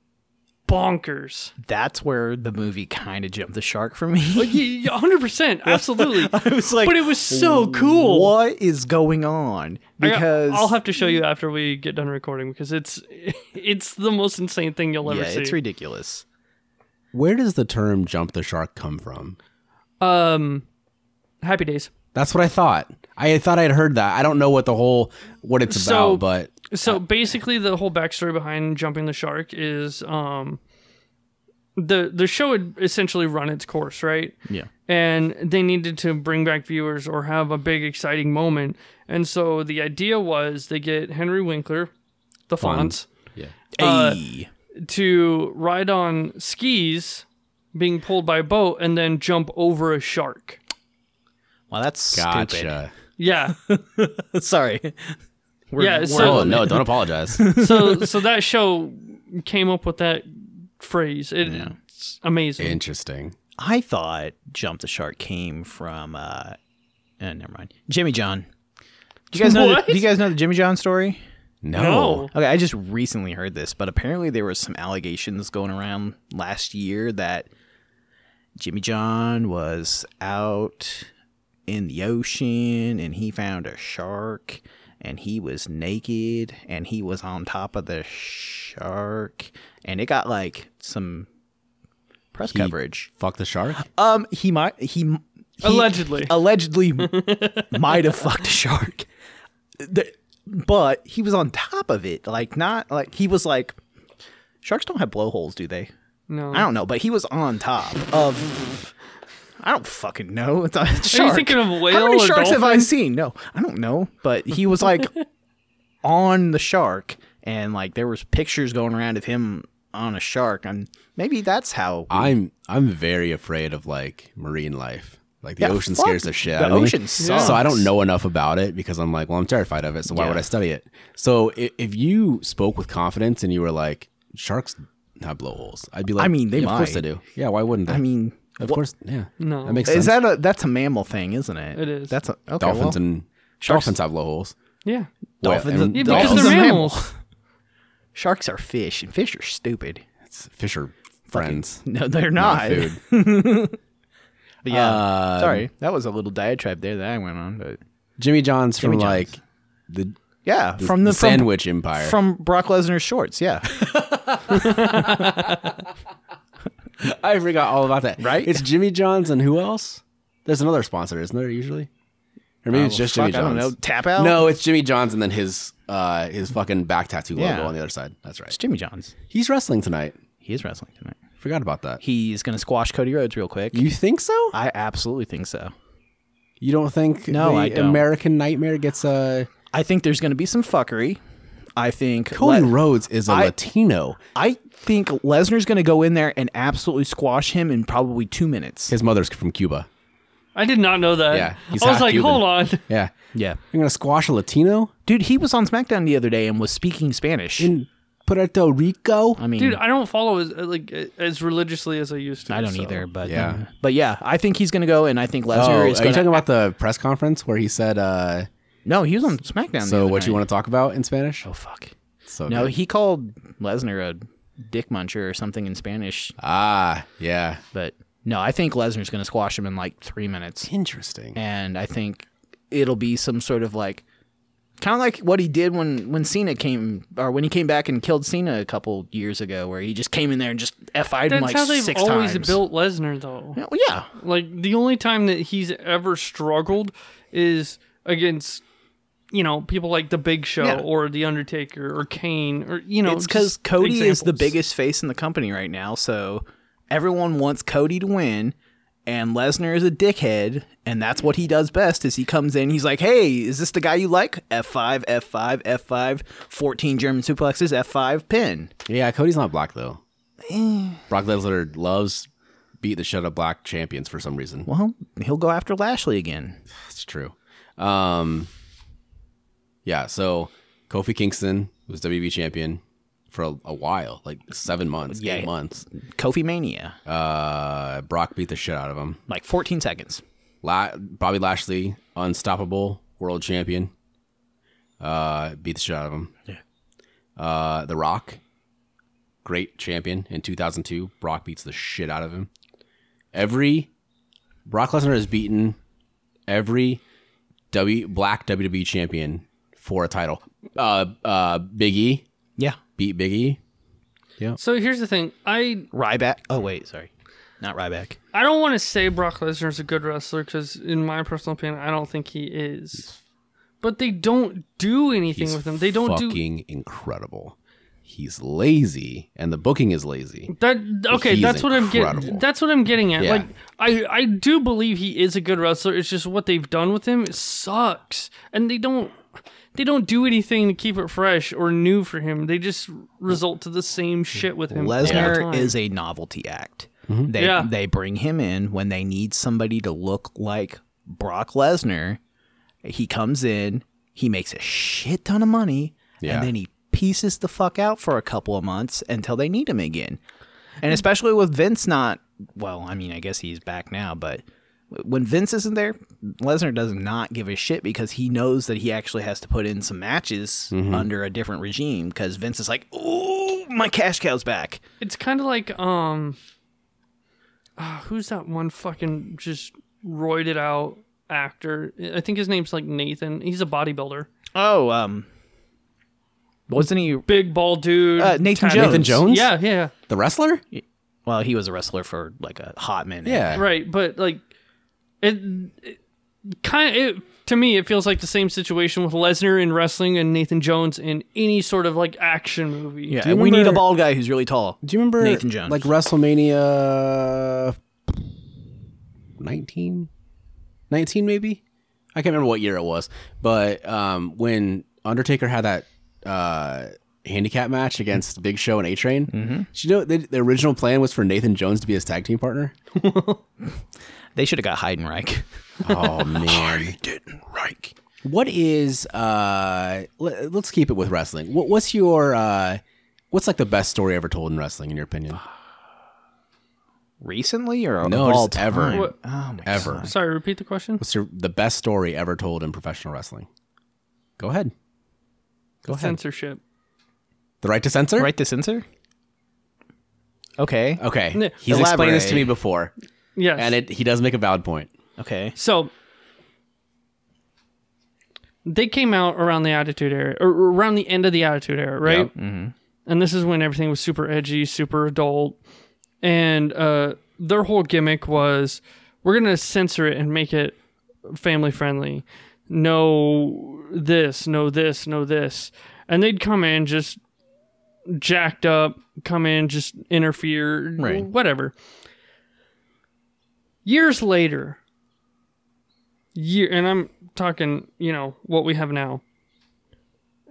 Speaker 2: bonkers.
Speaker 3: That's where the movie kind of jumped the shark for me.
Speaker 2: Like, hundred percent, absolutely.
Speaker 3: I was like,
Speaker 2: but it was so cool.
Speaker 3: What is going on?
Speaker 2: I got-
Speaker 3: Because
Speaker 2: I'll have to show you after we get done recording because it's it's the most insane thing you'll ever
Speaker 3: yeah,
Speaker 2: see.
Speaker 3: it's ridiculous.
Speaker 1: Where does the term "jump the shark" come from?
Speaker 2: um, Happy Days.
Speaker 1: That's what I thought. I thought I'd heard that. I don't know what the whole what it's
Speaker 2: So-
Speaker 1: about, but
Speaker 3: Ah.
Speaker 2: So basically, the whole backstory behind jumping the shark is um, the the show had essentially run its course, right?
Speaker 3: Yeah.
Speaker 2: and they needed to bring back viewers or have a big exciting moment. And so the idea was they get Henry Winkler, the Fonz,
Speaker 1: yeah.
Speaker 2: Uh,
Speaker 3: Hey.
Speaker 2: to ride on skis being pulled by a boat and then jump over a shark.
Speaker 3: Well, that's
Speaker 1: Gotcha.
Speaker 2: Yeah.
Speaker 3: stupid. Sorry. We're,
Speaker 2: Yeah,
Speaker 3: we're
Speaker 2: so-
Speaker 1: Oh no, don't apologize.
Speaker 2: So so that show came up with that phrase. It, It's amazing.
Speaker 1: Interesting.
Speaker 3: I thought Jump the Shark came from. uh, uh Never mind. Jimmy John. Do you guys know?
Speaker 2: What?
Speaker 3: The, do you guys know the Jimmy John story?
Speaker 1: No.
Speaker 2: No.
Speaker 3: Okay, I just recently heard this, but apparently there was some allegations going around last year that Jimmy John was out in the ocean and he found a shark and he was naked and he was on top of the shark and it got like some press coverage.
Speaker 1: Fuck the shark.
Speaker 3: Um, he might he, he
Speaker 2: Allegedly.
Speaker 3: allegedly might have fucked a shark, The- but he was on top of it. Like not like he was like sharks don't have blowholes, do they?
Speaker 2: No.
Speaker 3: I don't know, but he was on top of. I don't fucking know. It's a shark.
Speaker 2: thinking of
Speaker 3: How
Speaker 2: whale
Speaker 3: many
Speaker 2: or
Speaker 3: sharks have I
Speaker 2: dolphin?
Speaker 3: seen? No, I don't know. But he was like on the shark, and like there was pictures going around of him on a shark, and maybe that's how
Speaker 1: I'm I'm very afraid of like marine life. Like the
Speaker 3: Yeah,
Speaker 1: ocean
Speaker 3: fuck.
Speaker 1: scares the shit
Speaker 3: The
Speaker 1: out of me.
Speaker 3: ocean sucks.
Speaker 1: So I don't know enough about it because I'm like, well, I'm terrified of it. So why
Speaker 3: Yeah.
Speaker 1: would I study it? So if, if you spoke with confidence and you were like, sharks have blowholes, I'd be like,
Speaker 3: I mean, they
Speaker 1: yeah, of course
Speaker 3: might.
Speaker 1: they do. Yeah, why wouldn't they?
Speaker 3: I mean,
Speaker 1: of
Speaker 3: wha-
Speaker 1: course, yeah.
Speaker 2: No.
Speaker 1: that makes sense.
Speaker 3: is that a that's a mammal thing, isn't it?
Speaker 2: It is.
Speaker 3: That's a okay,
Speaker 1: dolphins
Speaker 3: well,
Speaker 1: and dolphins have blowholes.
Speaker 2: Yeah.
Speaker 1: Whale-
Speaker 3: Dolphins
Speaker 1: and
Speaker 2: Yeah,
Speaker 3: Dolphins
Speaker 2: because
Speaker 3: are
Speaker 2: they're
Speaker 3: mammals.
Speaker 2: mammals.
Speaker 3: sharks are fish, and fish are stupid.
Speaker 1: it's fish are friends,
Speaker 3: No, they're
Speaker 1: not
Speaker 3: not.
Speaker 1: food.
Speaker 3: But yeah,
Speaker 1: Um,
Speaker 3: sorry, that was a little diatribe there that I went on. But
Speaker 1: Jimmy John's from
Speaker 3: Jimmy
Speaker 1: like
Speaker 3: John's.
Speaker 1: the
Speaker 3: Yeah, from the, from-
Speaker 1: Sandwich Empire.
Speaker 3: from Brock Lesnar's shorts. Yeah,
Speaker 1: I forgot all about that.
Speaker 3: Right?
Speaker 1: It's Jimmy John's and who else? There's another sponsor, isn't there usually? Or maybe
Speaker 3: Oh,
Speaker 1: it's just
Speaker 3: well,
Speaker 1: Jimmy
Speaker 3: fuck, I
Speaker 1: John's.
Speaker 3: don't know. Tap Out?
Speaker 1: No, it's Jimmy John's and then his uh his fucking back tattoo
Speaker 3: Yeah.
Speaker 1: logo on the other side. That's right.
Speaker 3: it's Jimmy Johns.
Speaker 1: He's wrestling tonight.
Speaker 3: He is wrestling tonight.
Speaker 1: Forgot about that.
Speaker 3: He's gonna squash Cody Rhodes real quick.
Speaker 1: You think so?
Speaker 3: I absolutely think so.
Speaker 1: You don't think
Speaker 3: No,
Speaker 1: the
Speaker 3: I don't.
Speaker 1: American Nightmare gets uh, a
Speaker 3: I think there's gonna be some fuckery. I think
Speaker 1: Cody
Speaker 3: Le-
Speaker 1: Rhodes is a
Speaker 3: I-
Speaker 1: Latino.
Speaker 3: I think Lesnar's gonna go in there and absolutely squash him in probably two minutes.
Speaker 1: His mother's from Cuba.
Speaker 2: I did not know that.
Speaker 1: Yeah, he's
Speaker 2: I was
Speaker 1: half
Speaker 2: like,
Speaker 1: Cuban.
Speaker 2: hold on.
Speaker 1: Yeah.
Speaker 3: Yeah,
Speaker 1: You're gonna squash a Latino
Speaker 3: dude, he was on SmackDown the other day and was speaking Spanish.
Speaker 1: in Puerto Rico?
Speaker 3: I mean,
Speaker 2: Dude, I don't follow as like as religiously as I used to.
Speaker 3: I don't
Speaker 2: so.
Speaker 3: either, but uh,
Speaker 1: Yeah.
Speaker 3: yeah, but yeah, I think he's gonna go, and I think
Speaker 1: Oh,
Speaker 3: Lesnar
Speaker 1: are you
Speaker 3: is gonna.
Speaker 1: talking about the press conference where he said uh
Speaker 3: no, he was on SmackDown.
Speaker 1: So, what you want to talk about in Spanish?
Speaker 3: Oh fuck!
Speaker 1: So
Speaker 3: No,
Speaker 1: good.
Speaker 3: he called Lesnar a dick muncher or something in Spanish,
Speaker 1: ah, yeah,
Speaker 3: but no, I think Lesnar's gonna squash him in like three minutes,
Speaker 1: interesting.
Speaker 3: and I think it'll be some sort of like. Kind of like what he did when, when Cena came, or when he came back and killed Cena a couple years ago, where he just came in there and just fi'd him
Speaker 2: That's
Speaker 3: like
Speaker 2: how they've
Speaker 3: six
Speaker 2: always
Speaker 3: times.
Speaker 2: built Lesnar, though.
Speaker 3: Yeah, well, yeah,
Speaker 2: Like the only time that he's ever struggled is against, you know, people like the Big Show
Speaker 3: Yeah.
Speaker 2: or the Undertaker or Kane or you know.
Speaker 3: it's because
Speaker 2: just
Speaker 3: Cody is the
Speaker 2: examples.
Speaker 3: biggest face in the company right now, so everyone wants Cody to win, and Lesnar is a dickhead, and that's what he does best. Is he comes in, he's like, "Hey, is this the guy you like? F5, F5, F5, 14 German suplexes, F5 pin."
Speaker 1: Yeah, Cody's not black though. Brock Lesnar loves beat the shit out of black champions for some reason.
Speaker 3: Well, he'll go after Lashley again.
Speaker 1: That's true. Um, yeah, so Kofi Kingston was WB champion for a, a while, like seven months,
Speaker 3: Yeah.
Speaker 1: eight months.
Speaker 3: Kofi Mania,
Speaker 1: Uh, Brock beat the shit out of him.
Speaker 3: like 14 seconds.
Speaker 1: La- Bobby Lashley, unstoppable world champion, uh, beat the shit out of him. Yeah. Uh, the Rock, great champion in 2002. Brock beats the shit out of him. Every Brock Lesnar has beaten every W black WWE champion for a title. Uh, uh, Big E
Speaker 3: Yeah,
Speaker 1: beat Big E.
Speaker 2: So here's the thing. I
Speaker 3: Ryback. Oh wait, sorry, not Ryback.
Speaker 2: I don't want to say Brock Lesnar is a good wrestler because, in my personal opinion, I don't think he is. But they don't do anything
Speaker 1: He's
Speaker 2: with him. They don't do
Speaker 1: fucking incredible. He's lazy, and the booking is lazy.
Speaker 2: that. Okay,
Speaker 1: He's
Speaker 2: that's what I'm getting.
Speaker 1: incredible.
Speaker 2: That's what I'm getting at.
Speaker 1: Yeah.
Speaker 2: Like, I I do believe he is a good wrestler. It's just what they've done with him it sucks, and they don't they don't do anything to keep it fresh or new for him. They just result to the same shit with him. all the time.
Speaker 3: Lesnar is a novelty act. They
Speaker 2: Yeah.
Speaker 3: they bring him in when they need somebody to look like Brock Lesnar. He comes in, he makes a shit ton of money,
Speaker 1: Yeah.
Speaker 3: and then he pieces the fuck out for a couple of months until they need him again. And especially with Vince not well, I mean, I guess he's back now, but when Vince isn't there, Lesnar does not give a shit because he knows that he actually has to put in some matches
Speaker 1: Mm-hmm.
Speaker 3: under a different regime because Vince is like, "Ooh, my cash cow's back."
Speaker 2: It's kind of like um, ah, who's that one fucking just roided out actor? I think his name's like Nathan. He's a bodybuilder,
Speaker 3: Oh, um, wasn't he?
Speaker 2: big bald dude.
Speaker 3: Uh, Nathan
Speaker 2: tattoos.
Speaker 3: Jones. Nathan
Speaker 1: Jones?
Speaker 2: Yeah, yeah,
Speaker 1: The wrestler?
Speaker 3: Well, he was a wrestler for like a hot minute.
Speaker 1: Yeah.
Speaker 2: right. But like, it, it kind of it, to me, it feels like the same situation with Lesnar in wrestling and Nathan Jones in any sort of like action movie.
Speaker 3: yeah.
Speaker 1: you
Speaker 3: and we need a
Speaker 1: remember-
Speaker 3: bald guy who's really tall.
Speaker 1: Do you remember
Speaker 3: Nathan Jones.
Speaker 1: like WrestleMania 19? 19 maybe? I can't remember what year it was, but um, when Undertaker had that uh, handicap match against Big Show and A Train, did you know the, the original plan was for Nathan Jones to be his tag team partner?
Speaker 3: They should have got Heidenreich.
Speaker 1: Oh man,
Speaker 3: Didn't Reich.
Speaker 1: what is uh? Let, let's keep it with wrestling. What, what's your uh? What's like the best story ever told in wrestling, in your opinion?
Speaker 3: Recently or
Speaker 1: No,
Speaker 3: of all
Speaker 1: just ever.
Speaker 3: time?
Speaker 2: What-
Speaker 3: Oh my
Speaker 1: Ever.
Speaker 3: God.
Speaker 2: Sorry, repeat the question.
Speaker 1: What's your the best story ever told in professional wrestling? Go ahead. Go ahead.
Speaker 2: Censorship.
Speaker 1: The right to censor?
Speaker 3: Right to censor. Okay.
Speaker 1: Okay.
Speaker 2: Yeah.
Speaker 1: He's explained this to
Speaker 3: Elaborate.
Speaker 1: me before,
Speaker 2: Yes.
Speaker 3: Uh,
Speaker 1: and it he does make a valid point.
Speaker 3: Okay.
Speaker 2: So they came out around the Attitude Era, or around the end of the Attitude Era, right?
Speaker 1: Yep. Mm-hmm.
Speaker 2: and this is when everything was super edgy, super adult, and uh, their whole gimmick was we're gonna censor it and make it family friendly. No this, no this, no this, and they'd come in just jacked up, come in just interfere,
Speaker 6: Right.
Speaker 2: whatever. Years later, year, and I'm talking, you know, what we have now.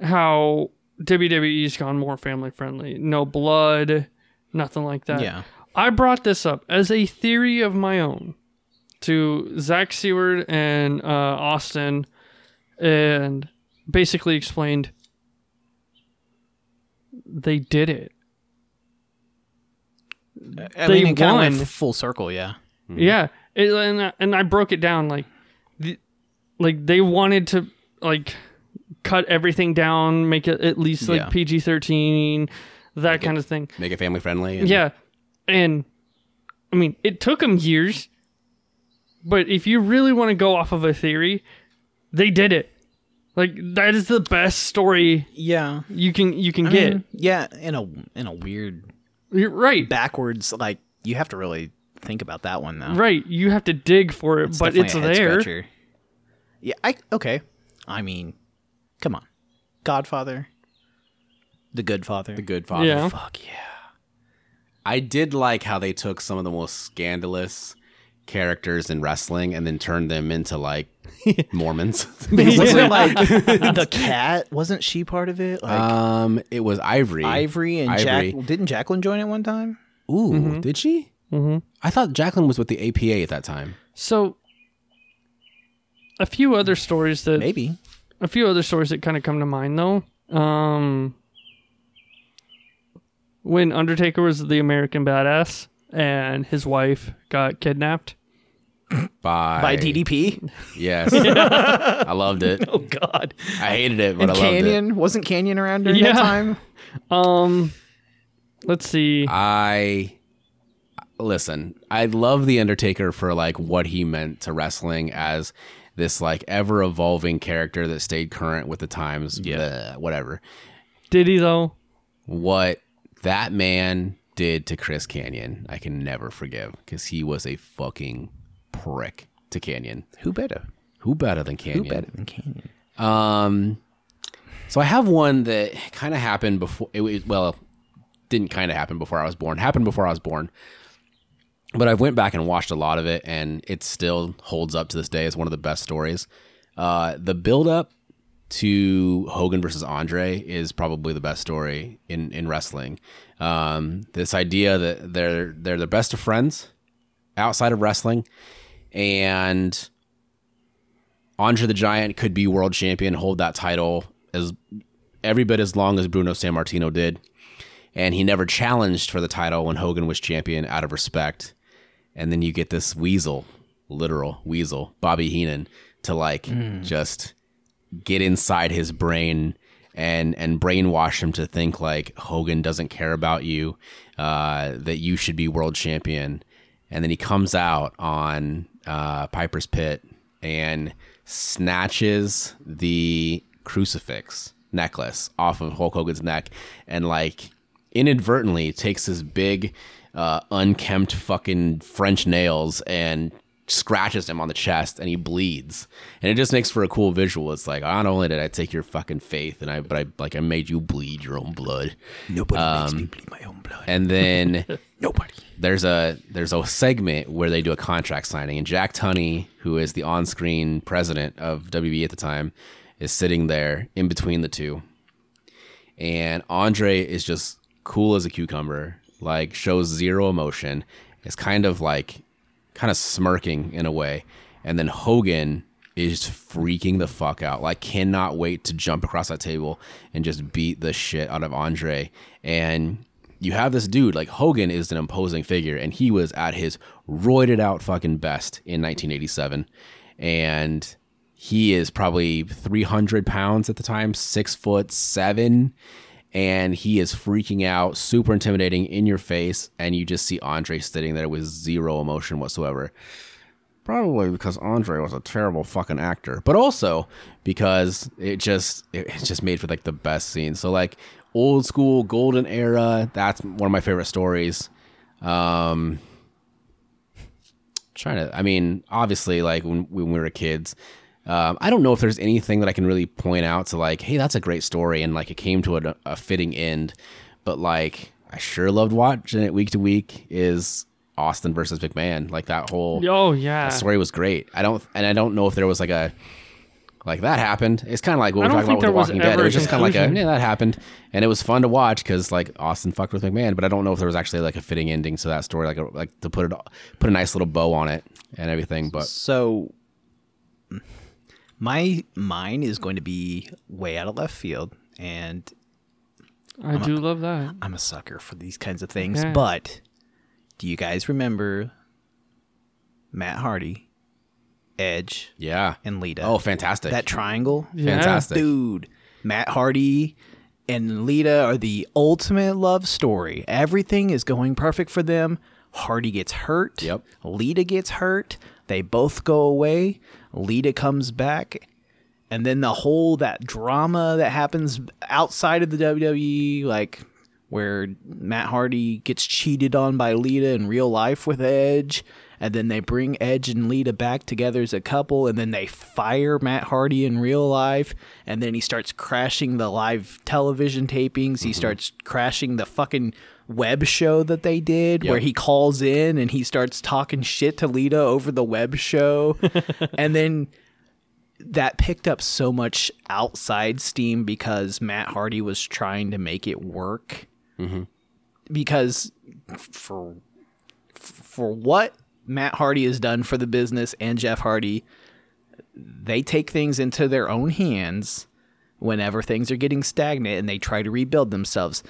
Speaker 2: How WWE's gone more family friendly. No blood, nothing like that.
Speaker 6: Yeah.
Speaker 2: I brought this up as a theory of my own to Zach Seward and uh, Austin and basically explained they did it.
Speaker 6: I
Speaker 2: They
Speaker 6: mean, it kinda went
Speaker 2: won.
Speaker 6: full circle, yeah.
Speaker 1: Mm-hmm.
Speaker 2: Yeah, It- and I- and I broke it down like, the, like they wanted to like cut everything down, make it at least like
Speaker 6: Yeah.
Speaker 2: PG thirteen, that kind of thing.
Speaker 1: Make it family friendly. and-
Speaker 2: Yeah, and I mean it took them years, but if you really want to go off of a theory, they did it. Like that is the best story
Speaker 6: Yeah.
Speaker 2: you can you can
Speaker 6: I
Speaker 2: get.
Speaker 6: mean, Mm-hmm. yeah, in a in a weird
Speaker 2: You're right,
Speaker 6: backwards like you have to really think about that one though.
Speaker 2: right. You have to dig for it, but it's
Speaker 6: definitely a head
Speaker 2: there.
Speaker 6: scratcher. Yeah, I okay. I mean, come on. Godfather. The Good Father.
Speaker 1: The good father.
Speaker 2: Yeah.
Speaker 6: Fuck yeah.
Speaker 1: I did like how they took some of the most scandalous characters in wrestling and then turned them into like Mormons.
Speaker 6: Wasn't like the cat? Wasn't she part of it? Like
Speaker 1: um, it was Ivory.
Speaker 6: Ivory and
Speaker 1: Ivory.
Speaker 6: Jack. Didn't Jacqueline join at one time?
Speaker 1: Ooh, did she?
Speaker 2: Mhm.
Speaker 1: I thought Jacqueline was with the APA at that time.
Speaker 2: So, a few other stories that
Speaker 6: Maybe.
Speaker 2: a few other stories that kind of come to mind though. Um, when Undertaker was the American Badass and his wife got kidnapped.
Speaker 1: By
Speaker 6: By DDP.
Speaker 1: Yes, I loved it.
Speaker 6: Oh God.
Speaker 1: I hated it, but
Speaker 6: And
Speaker 1: I loved it.
Speaker 6: Canyon wasn't Canyon around during
Speaker 2: Yeah.
Speaker 6: that time.
Speaker 2: Um, let's see.
Speaker 1: I listen. I love the Undertaker for like what he meant to wrestling as this like ever evolving character that stayed current with the times. Yeah, whatever.
Speaker 2: Did he though?
Speaker 1: what that man did to Chris Canyon, I can never forgive because he was a fucking prick to Canyon.
Speaker 6: Who better?
Speaker 1: Who better than
Speaker 6: Who
Speaker 1: Canyon?
Speaker 6: better than Canyon?
Speaker 1: Um, so I have one that kind of happened before. It, was- well, didn't kind of happen before I was born. Happened before I was born, but I went back and watched a lot of it, and it still holds up to this day as one of the best stories. Uh, the build up to Hogan versus Andre is probably the best story in in wrestling. Um, this idea that they're they're the best of friends outside of wrestling, and Andre the Giant could be world champion, hold that title as every bit as long as Bruno San Martino did. And he never challenged for the title when Hogan was champion out of respect. And then you get this weasel, literal weasel, Bobby Heenan, to like just get inside his brain and and brainwash him to think like Hogan doesn't care about you, uh, that you should be world champion. And then he comes out on uh, Piper's Pit and snatches the crucifix necklace off of Hulk Hogan's neck and like inadvertently takes his big uh, unkempt fucking French nails and scratches him on the chest and he bleeds and it just makes for a cool visual it's like not only did i take your fucking faith and i but i like i made you bleed your own blood Um,
Speaker 6: Nobody makes me bleed my own blood.
Speaker 1: and then
Speaker 6: Nobody.
Speaker 1: there's a there's a segment where they do a contract signing, and Jack Tunney, who is the on-screen president of WB at the time, is sitting there in between the two, and Andre is just cool as a cucumber, like shows zero emotion, is kind of like kind of smirking in a way, and then Hogan is freaking the fuck out, like cannot wait to jump across that table and just beat the shit out of Andre, and you have this dude like Hogan is an imposing figure, and he was at his roided out fucking best in 1987, and he is probably 300 pounds at the time, six foot seven, and he is freaking out, super intimidating in your face, and you just see Andre sitting there with zero emotion whatsoever. Probably because Andre was a terrible fucking actor, but also because it just it, it's just made for like the best scene. So like old school golden era, that's one of my favorite stories. Um trying to I mean, obviously like when, when we were kids, um, I don't know if there's anything that I can really point out to like, hey, that's a great story and like it came to a, a fitting end, but like I sure loved watching it week to week is Austin versus McMahon, like that whole
Speaker 2: Oh yeah.
Speaker 1: that story was great. I don't, and I don't know if there was like a like that happened. It's kind of like what
Speaker 2: I
Speaker 1: we're
Speaker 2: don't
Speaker 1: talking about with
Speaker 2: think
Speaker 1: The
Speaker 2: there was
Speaker 1: Walking Dead.
Speaker 2: ever
Speaker 1: It
Speaker 2: a
Speaker 1: was just kind of like a
Speaker 2: conclusion.
Speaker 1: yeah, that happened, and it was fun to watch because like Austin fucked with McMahon, but I don't know if there was actually like a fitting ending to that story, like a, like to put it put a nice little bow on it and everything. But
Speaker 3: So my mine is going to be way out of left field and
Speaker 2: I do love that.
Speaker 3: I'm a sucker for these kinds of things,
Speaker 2: Okay.
Speaker 3: but do you guys remember Matt Hardy, Edge,
Speaker 1: yeah,
Speaker 3: and Lita?
Speaker 1: oh, fantastic,
Speaker 3: that triangle?
Speaker 2: Yeah.
Speaker 1: fantastic.
Speaker 3: Dude, Matt Hardy and Lita are the ultimate love story. Everything is going perfect for them. Hardy gets hurt.
Speaker 1: Yep.
Speaker 3: Lita gets hurt. They both go away. Lita comes back. And then the whole that drama that happens outside of the WWE, like where Matt Hardy gets cheated on by Lita in real life with Edge, and then they bring Edge and Lita back together as a couple, and then they fire Matt Hardy in real life, and then he starts crashing the live television tapings. He starts crashing the fucking web show that they did where
Speaker 1: Yep.
Speaker 3: he calls in and he starts talking shit to Lita over the web show. and then that picked up so much outside steam because Matt Hardy was trying to make it work. Because f- for f- for what Matt Hardy has done for the business and Jeff Hardy, they take things into their own hands whenever things are getting stagnant and they try to rebuild themselves.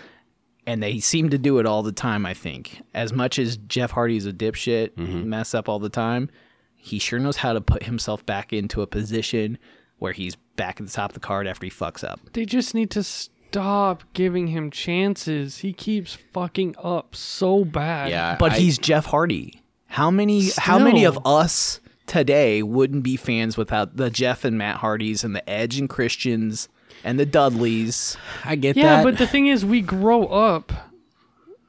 Speaker 3: And they seem to do it all the time, I think. As much as Jeff Hardy is a dipshit,
Speaker 1: Mm-hmm.
Speaker 3: mess up all the time, he sure knows how to put himself back into a position where he's back at the top of the card after he fucks up.
Speaker 2: They just need to stop giving him chances. He keeps fucking up so bad.
Speaker 1: yeah,
Speaker 3: But
Speaker 1: I-
Speaker 3: he's Jeff Hardy. How many how many of
Speaker 2: Still.
Speaker 3: us today wouldn't be fans without the Jeff and Matt Hardys and the Edge and Christians and the Dudleys?
Speaker 1: I get
Speaker 2: Yeah,
Speaker 1: that.
Speaker 2: but the thing is, we grow up.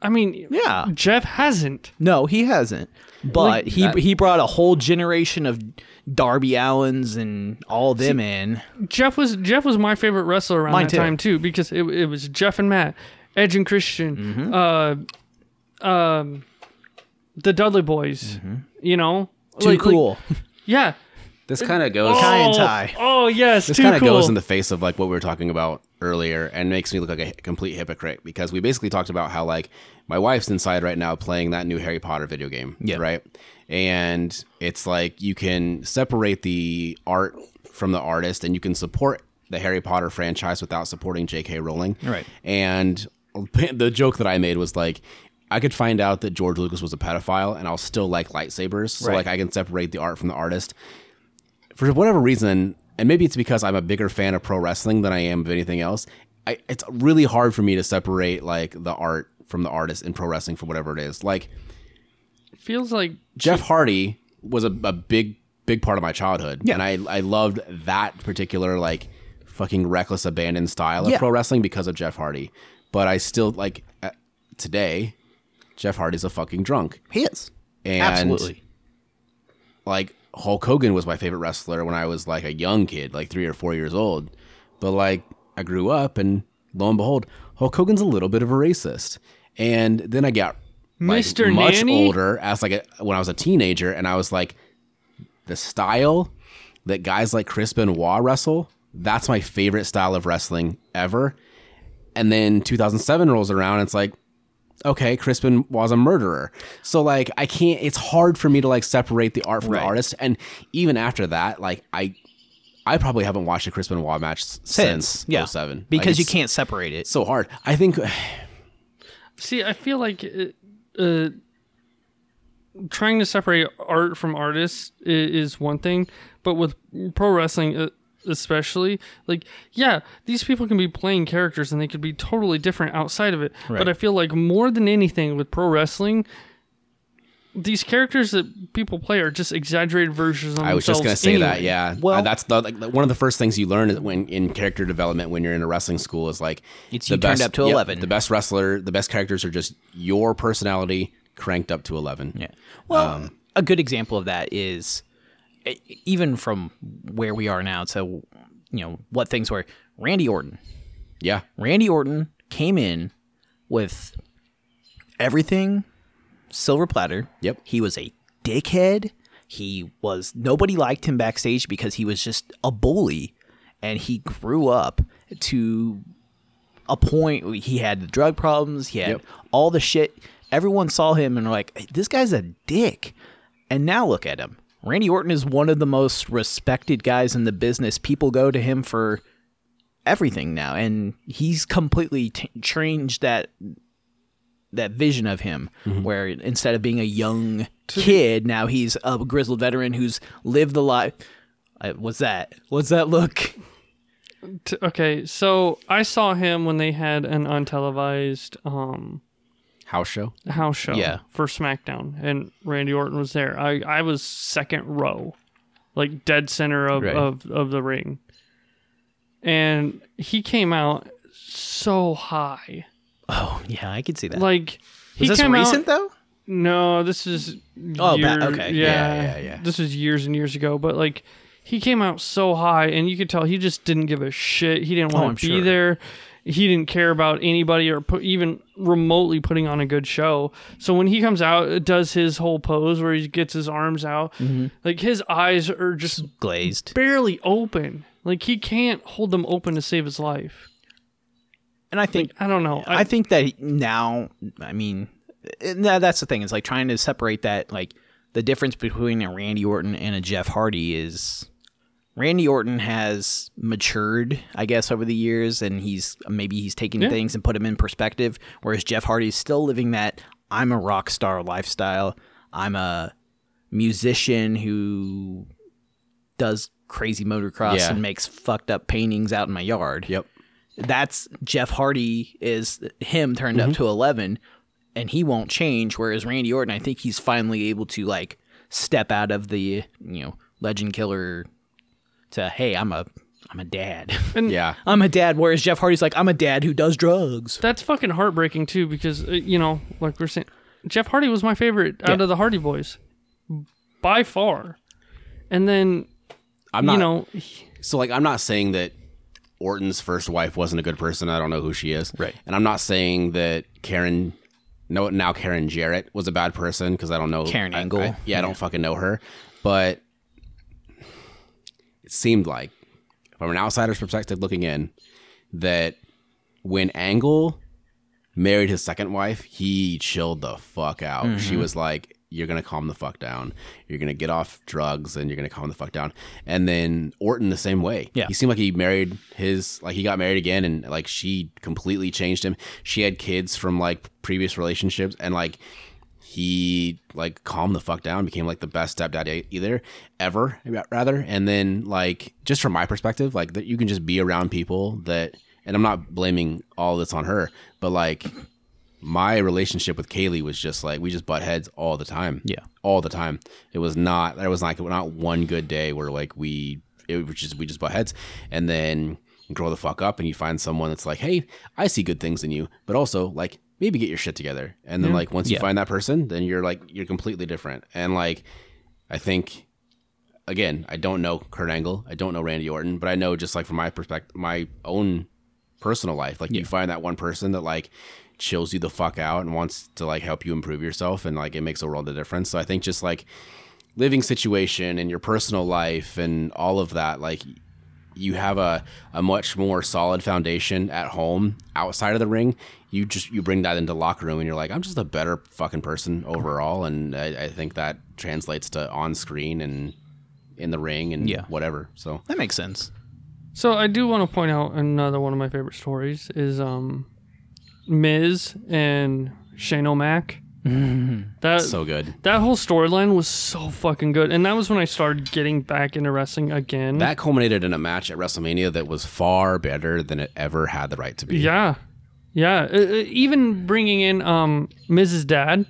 Speaker 2: I mean,
Speaker 3: Yeah.
Speaker 2: Jeff hasn't.
Speaker 3: No, he hasn't. But he
Speaker 1: that-
Speaker 3: he brought a whole generation of Darby Allens and all them in.
Speaker 2: Jeff was Jeff was my favorite wrestler around
Speaker 3: Mine
Speaker 2: that
Speaker 3: too.
Speaker 2: time too because it, it was Jeff and Matt, Edge and Christian,
Speaker 3: Mm-hmm.
Speaker 2: uh, um, the Dudley Boys. You know,
Speaker 3: Too
Speaker 2: Like- like-
Speaker 3: cool.
Speaker 2: yeah.
Speaker 1: this kind of goes.
Speaker 3: Tie and tie.
Speaker 2: Oh yes,
Speaker 1: This
Speaker 2: too
Speaker 1: kind of
Speaker 2: cool.
Speaker 1: goes in the face of like what we were talking about earlier and makes me look like a hi- complete hypocrite because we basically talked about how like my wife's inside right now playing that new Harry Potter video game,
Speaker 3: Yeah.
Speaker 1: right? And it's like you can separate the art from the artist and you can support the Harry Potter franchise without supporting J.K. Rowling.
Speaker 3: Right.
Speaker 1: And the joke that I made was like I could find out that George Lucas was a pedophile and I'll still like lightsabers. So
Speaker 3: Right.
Speaker 1: like I can separate the art from the artist for whatever reason, and maybe it's because I'm a bigger fan of pro wrestling than I am of anything else. I, it's really hard for me to separate like the art from the artist in pro wrestling for whatever it is. Like
Speaker 2: Feels like
Speaker 1: Jeff Hardy was a, a big big part of my childhood, and I I loved that particular like fucking reckless abandon style of
Speaker 3: Yeah.
Speaker 1: pro wrestling because of Jeff Hardy. But I still like uh, today, Jeff Hardy's a fucking drunk.
Speaker 3: He is.
Speaker 1: And
Speaker 3: Absolutely.
Speaker 1: like Hulk Hogan was my favorite wrestler when I was like a young kid, like three or four years old. But like I grew up, and lo and behold, Hulk Hogan's a little bit of a racist. And then I got like,
Speaker 2: Mr.
Speaker 1: much
Speaker 2: Nanny?
Speaker 1: older as like a, when I was a teenager, and I was like, the style that guys like Chris Benoit wrestle, that's my favorite style of wrestling ever. And then 2007 rolls around, and it's like, okay, Crispin was a murderer. So like I can't it's hard for me to like separate the art from
Speaker 3: Right.
Speaker 1: the artist. And even after that, like I I probably haven't watched a Crispin Wall match s- since,
Speaker 3: yeah.
Speaker 1: 07.
Speaker 3: Because you
Speaker 1: can't.
Speaker 3: can't separate it.
Speaker 1: it's so hard. I think
Speaker 2: See, I feel like it, uh, trying to separate art from artists i- is one thing, but with pro wrestling, uh, especially, like, yeah, these people can be playing characters and they could be totally different outside of it. But I feel like more than anything with pro wrestling, these characters that people play are just exaggerated versions of themselves.
Speaker 1: I was just gonna say that,
Speaker 2: anyway.
Speaker 1: yeah.
Speaker 6: Well-
Speaker 1: Well, that's the, like, the- one of the first things you learn is when in character development when you're in a wrestling school is like
Speaker 3: It's
Speaker 1: the
Speaker 3: you turned up to 11.
Speaker 1: The best wrestler, the best characters are just your personality cranked up to eleven.
Speaker 3: Yeah. Well,
Speaker 1: Um,
Speaker 3: a good example of that is e- even from where we are now to you know what things were. Randy Orton.
Speaker 1: yeah,
Speaker 3: Randy Orton came in with everything silver platter.
Speaker 1: Yep.
Speaker 3: He was a dickhead. He was nobody liked him backstage because he was just a bully and he grew up to a point where he had the drug problems, he had
Speaker 1: Yep.
Speaker 3: all the shit. Everyone saw him and were like, "Hey, this guy's a dick. And now look at him. Randy Orton is one of the most respected guys in the business. People go to him for everything now and he's completely t- changed that that vision of him where instead of being a young kid now he's a grizzled veteran who's lived the life uh, what's that what's that look
Speaker 2: T- okay, so I saw him when they had an untelevised um,
Speaker 1: house show.
Speaker 2: house show
Speaker 3: Yeah.
Speaker 2: for SmackDown, and Randy Orton was there. I, I was second row, like dead center of,
Speaker 3: Right.
Speaker 2: of, of the ring. And he came out so high.
Speaker 3: oh yeah i could see that
Speaker 2: Like, he
Speaker 6: Is this
Speaker 2: came
Speaker 6: recent
Speaker 2: out,
Speaker 6: though?
Speaker 2: No, this is
Speaker 3: Oh,
Speaker 2: year-
Speaker 3: ba- okay.
Speaker 2: yeah,
Speaker 1: Yeah, yeah, yeah.
Speaker 2: This was years and years ago, but like he came out so high, and you could tell he just didn't give a shit. He didn't want
Speaker 3: Oh, I'm
Speaker 2: to be
Speaker 3: sure.
Speaker 2: there. He didn't care about anybody or put, even remotely putting on a good show. So when he comes out, it does his whole pose where he gets his arms out,
Speaker 3: Mm-hmm.
Speaker 2: like his eyes are just
Speaker 3: glazed
Speaker 2: barely open. Like he can't hold them open to save his life.
Speaker 3: and i think
Speaker 2: I don't know. I,
Speaker 3: I think that now, I mean, and tha- that's the thing. It's like trying to separate that, like the difference between a Randy Orton and a Jeff Hardy is Randy Orton has matured, I guess, over the years, and he's maybe he's taken
Speaker 2: Yeah.
Speaker 3: things and put them in perspective. Whereas Jeff Hardy is still living that I'm a rock star lifestyle. I'm a musician who does crazy motocross
Speaker 1: Yeah.
Speaker 3: and makes fucked up paintings out in my yard
Speaker 1: Yep.
Speaker 3: that's Jeff Hardy is him turned
Speaker 1: Mm-hmm.
Speaker 3: up to 11 and he won't change whereas Randy Orton I think he's finally able to like step out of the you know legend killer to hey I'm a I'm a dad.
Speaker 1: Yeah.
Speaker 3: I'm a dad whereas Jeff Hardy's like I'm a dad who does drugs.
Speaker 2: that's fucking heartbreaking too because uh, you know like we're saying jeff hardy was my favorite out
Speaker 3: Yeah.
Speaker 2: of the hardy boys by far and then
Speaker 1: I'm not.
Speaker 2: you know he-
Speaker 1: so like I'm not saying that Orton's first wife wasn't a good person. I don't know who she is.
Speaker 3: Right.
Speaker 1: And I'm not saying that Karen no now Karen Jarrett was a bad person because I don't know
Speaker 3: Karen
Speaker 1: I-
Speaker 3: Angle.
Speaker 1: I- yeah, I don't fucking know her. But it seemed like from an outsider's perspective looking in, that when Angle married his second wife, he chilled the fuck out. She was like, You're gonna calm the fuck down. You're gonna get off drugs and you're gonna calm the fuck down. And then Orton the same way.
Speaker 3: Yeah.
Speaker 1: He seemed like he married his like he got married again and like she completely changed him. She had kids from like previous relationships and like he like calmed the fuck down, became like the best stepdad e- either ever rather. And then like just from my perspective, like that you can just be around people that, and I'm not blaming all this on her, but like my relationship with Kaylee was just like we just butt heads all the time.
Speaker 3: Yeah.
Speaker 1: all the time. It was not there was like not one good day where like we it was just we just butt heads, and then you grow the fuck up and you find someone that's like, hey, I see good things in you, but also like maybe get your shit together. And then like once you
Speaker 3: Yeah.
Speaker 1: find that person, then you're like you're completely different. And like I think again, I don't know Kurt Angle, I don't know Randy Orton, but I know just like from my perspective, my own personal life. Like you find that one person that like chills you the fuck out and wants to like help you improve yourself and like it makes a world of difference. So I think just like living situation and your personal life and all of that, like you have a, a much more solid foundation at home outside of the ring. You just you bring that into the locker room and you're like, I'm just a better fucking person overall. And I, I think that translates to on screen and in the ring and
Speaker 3: Yeah.
Speaker 1: whatever. So
Speaker 3: That makes sense.
Speaker 2: so i do want to point out another one of my favorite stories is um miz and shane o'mac that
Speaker 1: so good.
Speaker 2: that whole storyline was so fucking good and that was when i started getting back into wrestling again
Speaker 1: That culminated in a match at WrestleMania that was far better than it ever had the right to be.
Speaker 2: yeah Yeah, uh, uh, even bringing in um, Mrs. Dad.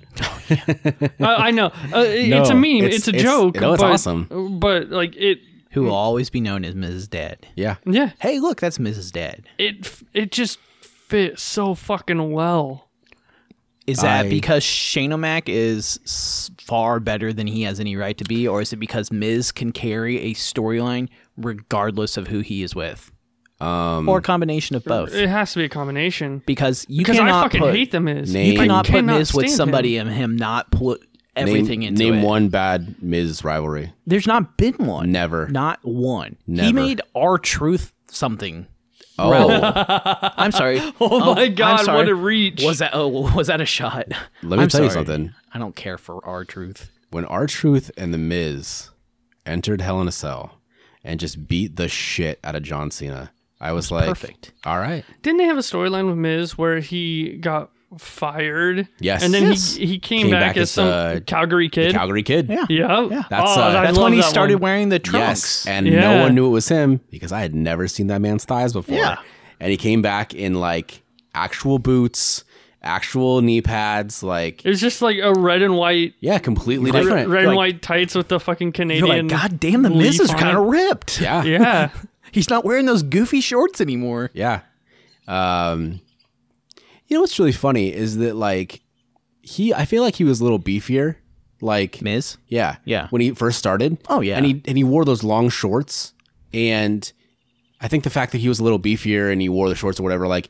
Speaker 2: I, I know uh, it- it's a
Speaker 1: No,
Speaker 2: meme.
Speaker 1: it's-
Speaker 2: It's, a
Speaker 1: it's-
Speaker 2: joke.
Speaker 1: no, it's
Speaker 2: but-
Speaker 1: awesome.
Speaker 2: But like it,
Speaker 3: Who
Speaker 1: Hmm.
Speaker 3: will always be known as Mrs. Dad.
Speaker 1: Yeah.
Speaker 2: yeah,
Speaker 3: Hey, look, that's Mrs. Dad.
Speaker 2: it f- it just fit so fucking well.
Speaker 3: Is that
Speaker 1: I-
Speaker 3: because Shanomac is s- far better than he has any right to be, or is it because Miz can carry a storyline regardless of who he is with,
Speaker 1: Um,
Speaker 3: or a combination of both?
Speaker 2: It has to be a combination
Speaker 3: Because you
Speaker 2: Eh, because I
Speaker 3: cannot
Speaker 2: fucking
Speaker 3: put
Speaker 2: hate them. Is
Speaker 1: Name-
Speaker 3: you cannot put
Speaker 2: cannot
Speaker 3: Miz with
Speaker 2: stand him.
Speaker 3: somebody and him not put everything
Speaker 1: name,
Speaker 3: into
Speaker 1: name
Speaker 3: it.
Speaker 1: one bad Miz rivalry.
Speaker 3: There's not been one.
Speaker 1: Never.
Speaker 3: Not one.
Speaker 1: Never.
Speaker 3: He made our truth something.
Speaker 1: Oh,
Speaker 3: I'm sorry.
Speaker 2: Oh my
Speaker 3: I'm
Speaker 2: god,
Speaker 3: sorry.
Speaker 2: what a reach!
Speaker 3: Was that oh was that a shot?
Speaker 1: let me
Speaker 3: I'm
Speaker 1: tell you
Speaker 3: sorry.
Speaker 1: something.
Speaker 3: I don't care for our truth.
Speaker 1: When R Truth and The Miz entered Hell in a Cell and just beat the shit out of John Cena, I was like,
Speaker 3: perfect.
Speaker 1: All right.
Speaker 2: Didn't they have a storyline with Miz where he got fired?
Speaker 1: Yes.
Speaker 2: and then
Speaker 1: Yes.
Speaker 2: he he came, back, as, some
Speaker 1: uh, the-
Speaker 2: Calgary kid.
Speaker 1: Calgary Kid.
Speaker 3: Yeah.
Speaker 2: Yeah, Oh,
Speaker 1: That's, uh,
Speaker 2: I
Speaker 3: That's
Speaker 2: love
Speaker 3: when he
Speaker 2: that
Speaker 3: started
Speaker 2: one.
Speaker 3: wearing the trunks.
Speaker 1: Yes. And no
Speaker 2: Yeah.
Speaker 1: one knew it was him because I had never seen that man's thighs before.
Speaker 3: Yeah.
Speaker 1: And he came back in like actual boots, actual knee pads, like,
Speaker 2: It was just like a red and white,
Speaker 1: yeah, completely
Speaker 2: red,
Speaker 1: different.
Speaker 2: red and
Speaker 3: Like-
Speaker 2: white tights with the fucking
Speaker 3: You're
Speaker 2: Canadian.
Speaker 3: like, God damn, the
Speaker 2: leaf
Speaker 3: Miz is
Speaker 2: on
Speaker 3: kind
Speaker 2: it."
Speaker 3: of ripped.
Speaker 1: Yeah.
Speaker 2: Yeah,
Speaker 3: He's not wearing those goofy shorts anymore.
Speaker 1: Yeah. Um You know what's really funny is that like he I feel like he was a little beefier. Like
Speaker 3: Miz?
Speaker 1: Yeah.
Speaker 3: Yeah.
Speaker 1: When he first started.
Speaker 3: Oh, yeah.
Speaker 1: And he and he wore those long shorts and I think the fact that he was a little beefier and he wore the shorts or whatever like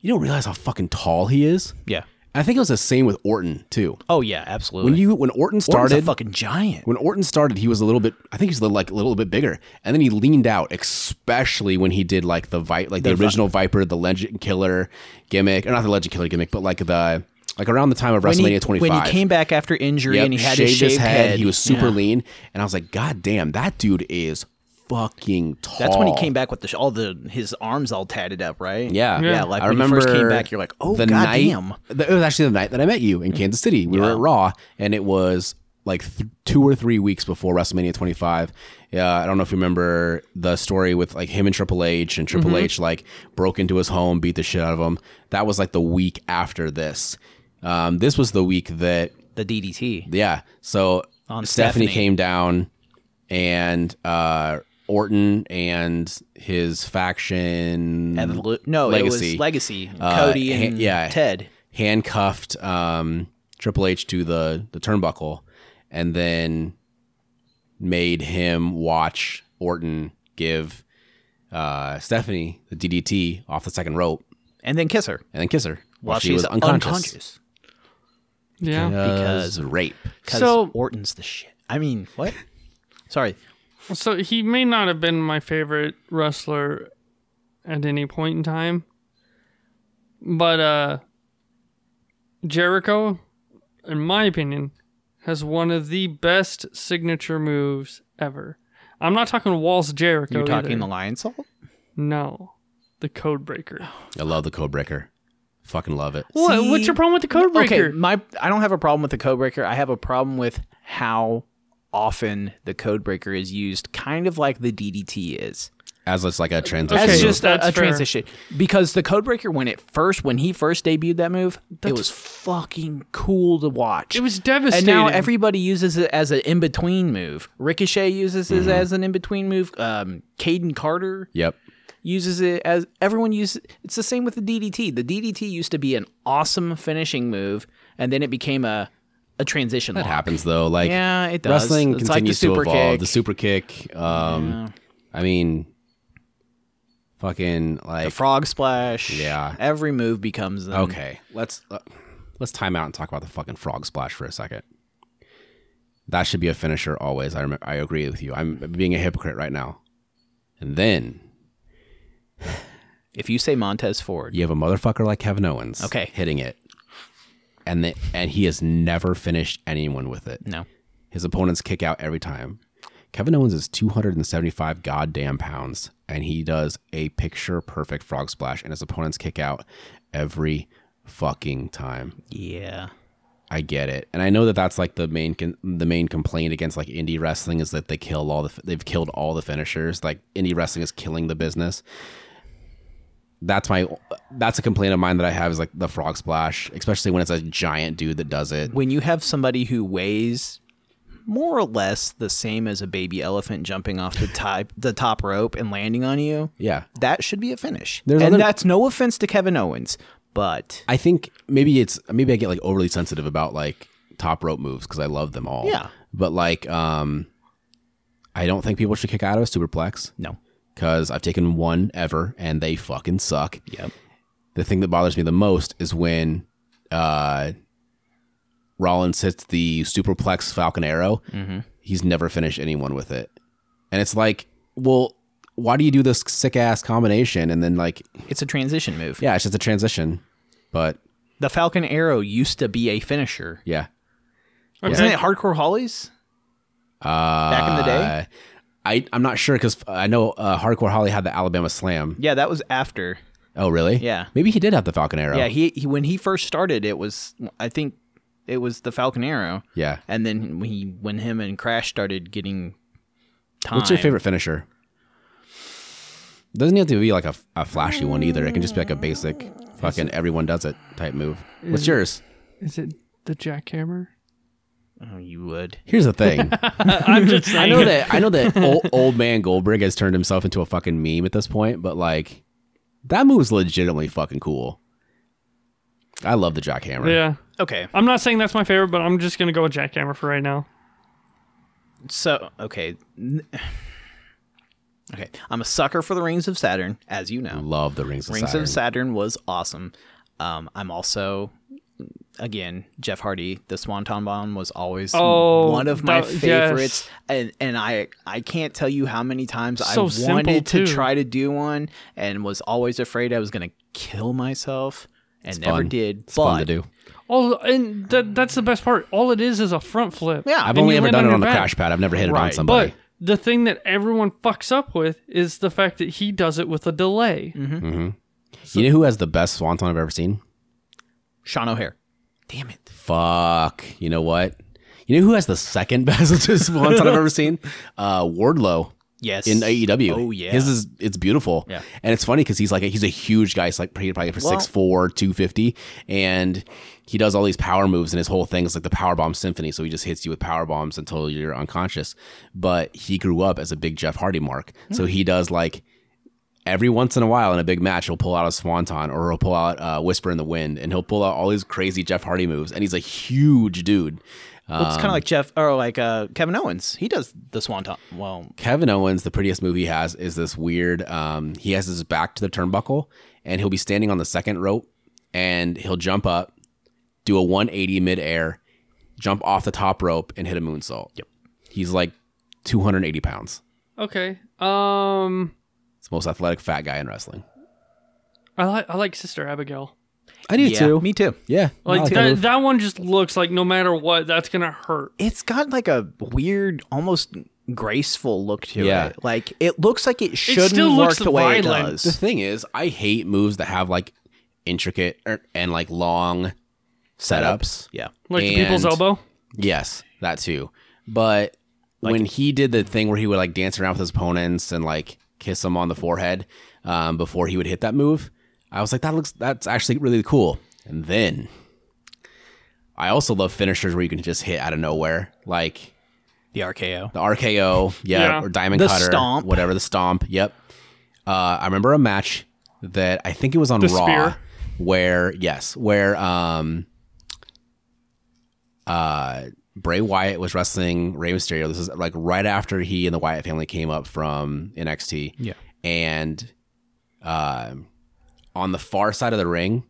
Speaker 1: you don't realize how fucking tall he is.
Speaker 3: Yeah.
Speaker 1: I think it was the same with Orton too.
Speaker 3: Oh yeah, absolutely.
Speaker 1: When you when Orton
Speaker 3: Orton's a
Speaker 1: started
Speaker 3: fucking giant.
Speaker 1: when Orton started, he was a little bit. I think he was like a little bit bigger, and then he leaned out, especially when he did like the vi- like the, original Viper, the Legend Killer gimmick, or not the Legend Killer gimmick, but like the like around the time of
Speaker 3: When he-
Speaker 1: WrestleMania 25.
Speaker 3: When he came back after injury
Speaker 1: Yep,
Speaker 3: and he had
Speaker 1: shaved
Speaker 3: his shaved head,
Speaker 1: He was super
Speaker 3: Yeah.
Speaker 1: lean, and I was like, God damn, that dude is fucking tall.
Speaker 3: That's when he came back with the, sh- all the his arms all tatted up, right?
Speaker 1: Yeah,
Speaker 3: yeah. Like when you first came back, you're like, oh
Speaker 1: the
Speaker 3: god
Speaker 1: night,
Speaker 3: damn.
Speaker 1: the- it was actually the night that I met you in Kansas City. We were at Raw, and it was like th- two or three weeks before WrestleMania 25. Uh, I don't know if you remember the story with like him and Triple H, and
Speaker 3: Mm-hmm.
Speaker 1: Triple H like broke into his home, beat the shit out of him. That was like the week after this. Um, this was the week that
Speaker 3: The DDT.
Speaker 1: yeah. So
Speaker 3: On
Speaker 1: Stephanie,
Speaker 3: Stephanie.
Speaker 1: came down, and uh, Orton and his faction
Speaker 3: Evolu- no, it
Speaker 1: Legacy.
Speaker 3: was Legacy.
Speaker 1: Uh,
Speaker 3: Cody
Speaker 1: ha-
Speaker 3: and
Speaker 1: yeah.
Speaker 3: Ted.
Speaker 1: handcuffed um, Triple H to the the turnbuckle, and then made him watch Orton give uh, Stephanie the DDT off the second rope,
Speaker 3: And then kiss her
Speaker 1: and then kiss her
Speaker 3: while,
Speaker 1: while, she was unconscious.
Speaker 2: yeah.
Speaker 1: Because rape.
Speaker 3: Because
Speaker 2: So-
Speaker 3: Orton's the shit. I mean, what? Sorry.
Speaker 2: So he may not have been my favorite wrestler at any point in time, but uh, Jericho, in my opinion, has one of the best signature moves ever. I'm not talking Walls Jericho.
Speaker 3: You're talking
Speaker 2: either.
Speaker 3: the lion salt?
Speaker 2: No, the code breaker.
Speaker 3: Oh,
Speaker 1: I love the code breaker. Fucking love it.
Speaker 2: What?
Speaker 3: See?
Speaker 2: What's your problem with the code breaker?
Speaker 3: Okay, my I don't have a problem with the code breaker. I have a problem with how often the code breaker is used, kind of like the DDT is.
Speaker 1: As it's like a transition.
Speaker 3: That's
Speaker 2: Okay,
Speaker 3: just a,
Speaker 2: that's
Speaker 3: a
Speaker 2: fair.
Speaker 3: transition because the Codebreaker when it first when he first debuted that move, it
Speaker 2: That's-
Speaker 3: was fucking cool to watch.
Speaker 2: It was
Speaker 3: and
Speaker 2: devastating.
Speaker 3: now everybody uses it as an in between move. Ricochet uses it as an in between move. Um, Caden Carter
Speaker 1: Yep.
Speaker 3: uses it as everyone uses. It's the same with the DDT. The DDT used to be an awesome finishing move, and then it became a a transition.
Speaker 1: That
Speaker 3: lock.
Speaker 1: happens though. Like
Speaker 3: Yeah, it does.
Speaker 1: wrestling
Speaker 3: It's like the
Speaker 1: continues to
Speaker 3: super
Speaker 1: evolve.
Speaker 3: kick.
Speaker 1: The super kick. Um, I mean, fucking like
Speaker 3: The frog splash.
Speaker 1: Yeah.
Speaker 3: every move becomes an,
Speaker 1: Okay, let's uh, let's time out and talk about the fucking frog splash for a second. That should be a finisher always. I remember, I agree with you. I'm being a hypocrite right now. And then
Speaker 3: If you say Montez Ford,
Speaker 1: you have a motherfucker like Kevin Owens,
Speaker 3: Okay.
Speaker 1: hitting it, and the, and he has never finished anyone with it.
Speaker 3: no.
Speaker 1: His opponents kick out every time. Kevin Owens is 275 goddamn pounds, and he does a picture perfect frog splash, and his opponents kick out every fucking time.
Speaker 3: Yeah.
Speaker 1: I get it, and I know that that's like the main con- the main complaint against like indie wrestling is that they kill all the f- they've killed all the finishers. Like indie wrestling is killing the business. that's my that's a complaint of mine that I have is like the frog splash, especially when it's a giant dude that does it.
Speaker 3: when you have somebody who weighs more or less the same as a baby elephant jumping off the top the top rope and landing on you,
Speaker 1: Yeah.
Speaker 3: that should be a finish.
Speaker 1: There's
Speaker 3: and
Speaker 1: other-
Speaker 3: that's no offense to Kevin Owens, but
Speaker 1: I think maybe it's maybe I get like overly sensitive about like top rope moves because I love them all.
Speaker 3: Yeah.
Speaker 1: But like, um, I don't think people should kick out of a superplex
Speaker 3: no.
Speaker 1: because I've taken one ever and they fucking suck.
Speaker 3: Yep.
Speaker 1: The thing that bothers me the most is when uh, Rollins hits the superplex Falcon Arrow.
Speaker 3: Mm-hmm.
Speaker 1: He's never finished anyone with it, and it's like, well, why do you do this sick ass combination and then like,
Speaker 3: It's a transition move.
Speaker 1: yeah, it's just a transition, but
Speaker 3: The Falcon Arrow used to be a finisher.
Speaker 1: yeah.
Speaker 2: Okay.
Speaker 3: Isn't it Hardcore Hollies?
Speaker 1: Uh,
Speaker 3: Back in the day?
Speaker 1: I, I'm not sure because I know uh, Hardcore Holly had the Alabama Slam.
Speaker 3: Yeah, that was after.
Speaker 1: Oh, really?
Speaker 3: Yeah.
Speaker 1: Maybe he did have the Falcon Arrow.
Speaker 3: Yeah, he, he when he first started, it was I think it was the Falcon Arrow,
Speaker 1: yeah.
Speaker 3: and then when he when him and Crash started getting time.
Speaker 1: What's your favorite finisher? Doesn't have to be like a, a flashy one either. It can just be like a basic fucking everyone does it type move. What's yours?
Speaker 2: Is it the jackhammer?
Speaker 3: Oh, you would.
Speaker 1: Here's the thing.
Speaker 2: I'm just
Speaker 1: I
Speaker 2: saying.
Speaker 1: know that I know that old, old man Goldberg has turned himself into a fucking meme at this point, but like that move's legitimately fucking cool. I love the jackhammer.
Speaker 2: Yeah.
Speaker 3: Okay.
Speaker 2: I'm not saying that's my favorite, but I'm just gonna go with jackhammer for right now.
Speaker 3: So okay, N- okay. I'm a sucker for the Rings of Saturn, as you know.
Speaker 1: Love the rings of
Speaker 3: Rings
Speaker 1: Saturn.
Speaker 3: of Saturn was awesome. Um, I'm also, again, Jeff Hardy. The Swanton Bomb was always
Speaker 2: Oh,
Speaker 3: one of my
Speaker 2: that- yes.
Speaker 3: favorites, and and I I can't tell you how many times
Speaker 2: So
Speaker 3: I
Speaker 2: simple,
Speaker 3: wanted
Speaker 2: too.
Speaker 3: to try to do one, and was always afraid I was gonna kill myself, and
Speaker 1: It's
Speaker 3: never
Speaker 1: fun.
Speaker 3: did.
Speaker 1: It's
Speaker 3: but
Speaker 1: fun to do.
Speaker 2: Oh, and that that's the best part. All it is is a front flip.
Speaker 3: Yeah,
Speaker 1: I've
Speaker 2: And
Speaker 1: only
Speaker 2: you
Speaker 1: ever
Speaker 2: land
Speaker 1: done it
Speaker 2: your
Speaker 1: on a
Speaker 2: back.
Speaker 1: crash pad. I've never hit it on
Speaker 3: Right,
Speaker 1: somebody.
Speaker 2: But the thing that everyone fucks up with is the fact that he does it with a delay.
Speaker 1: Mm-hmm. you know who has the best swanton I've ever seen?
Speaker 3: Sean O'Hare. Damn it.
Speaker 1: Fuck. You know what? You know who has the second best swanton I've ever seen? Uh, Wardlow
Speaker 3: Yes.
Speaker 1: in AEW.
Speaker 3: Oh yeah.
Speaker 1: his is it's beautiful.
Speaker 3: Yeah.
Speaker 1: and it's funny because he's like he's a huge guy. He's like probably probably for six four, two fifty, and he does all these power moves. And his whole thing is like the power bomb symphony. So he just hits you with power bombs until you're unconscious. But he grew up as a big Jeff Hardy mark,
Speaker 3: Hmm.
Speaker 1: so he does like every once in a while in a big match, he'll pull out a swanton or he'll pull out uh, whisper in the wind, and he'll pull out all these crazy Jeff Hardy moves. And he's a huge dude.
Speaker 3: Well,
Speaker 1: um,
Speaker 3: it's kind of like Jeff or like uh, Kevin Owens. He does the Swanton. Well,
Speaker 1: Kevin Owens, the prettiest move he has is this weird. Um, he has his back to the turnbuckle, and he'll be standing on the second rope, and he'll jump up, do a 180 midair, jump off the top rope, and hit a moonsault. Yep. He's like 280 pounds.
Speaker 2: Okay. Um,
Speaker 1: It's the most athletic fat guy in wrestling.
Speaker 2: I like I like Sister Abigail.
Speaker 1: I do
Speaker 3: yeah,
Speaker 1: too.
Speaker 3: Me too.
Speaker 1: yeah.
Speaker 2: Like
Speaker 1: I that
Speaker 2: that,
Speaker 1: move.
Speaker 2: that one just looks like no matter what, that's gonna hurt.
Speaker 3: It's got like a weird, almost graceful look to
Speaker 1: Yeah.
Speaker 3: it. Like it looks like it shouldn't
Speaker 2: still
Speaker 3: work
Speaker 2: looks
Speaker 3: the way
Speaker 2: violent.
Speaker 3: it
Speaker 1: the
Speaker 3: does.
Speaker 1: thing is, I hate moves that have like intricate er, and like long setups.
Speaker 3: Yeah.
Speaker 2: Like the people's
Speaker 1: And-
Speaker 2: elbow.
Speaker 1: Yes, that too. But when he did the thing where he would like dance around with his opponents and like kiss them on the forehead um, before he would hit that move, I was like, that looks that's actually really cool. And then I also love finishers where you can just hit out of nowhere, like
Speaker 3: The RKO.
Speaker 1: the RKO, yeah,
Speaker 2: Yeah.
Speaker 1: or Diamond
Speaker 3: The
Speaker 1: Cutter,
Speaker 3: stomp.
Speaker 1: whatever the stomp. Yep. Uh, I remember a match that I think it was on
Speaker 2: The
Speaker 1: Raw,
Speaker 2: spear.
Speaker 1: where yes, where um, uh, Bray Wyatt was wrestling Rey Mysterio. This is like right after he and the Wyatt family came up from NXT.
Speaker 3: Yeah.
Speaker 1: and uh, on the far side of the ring,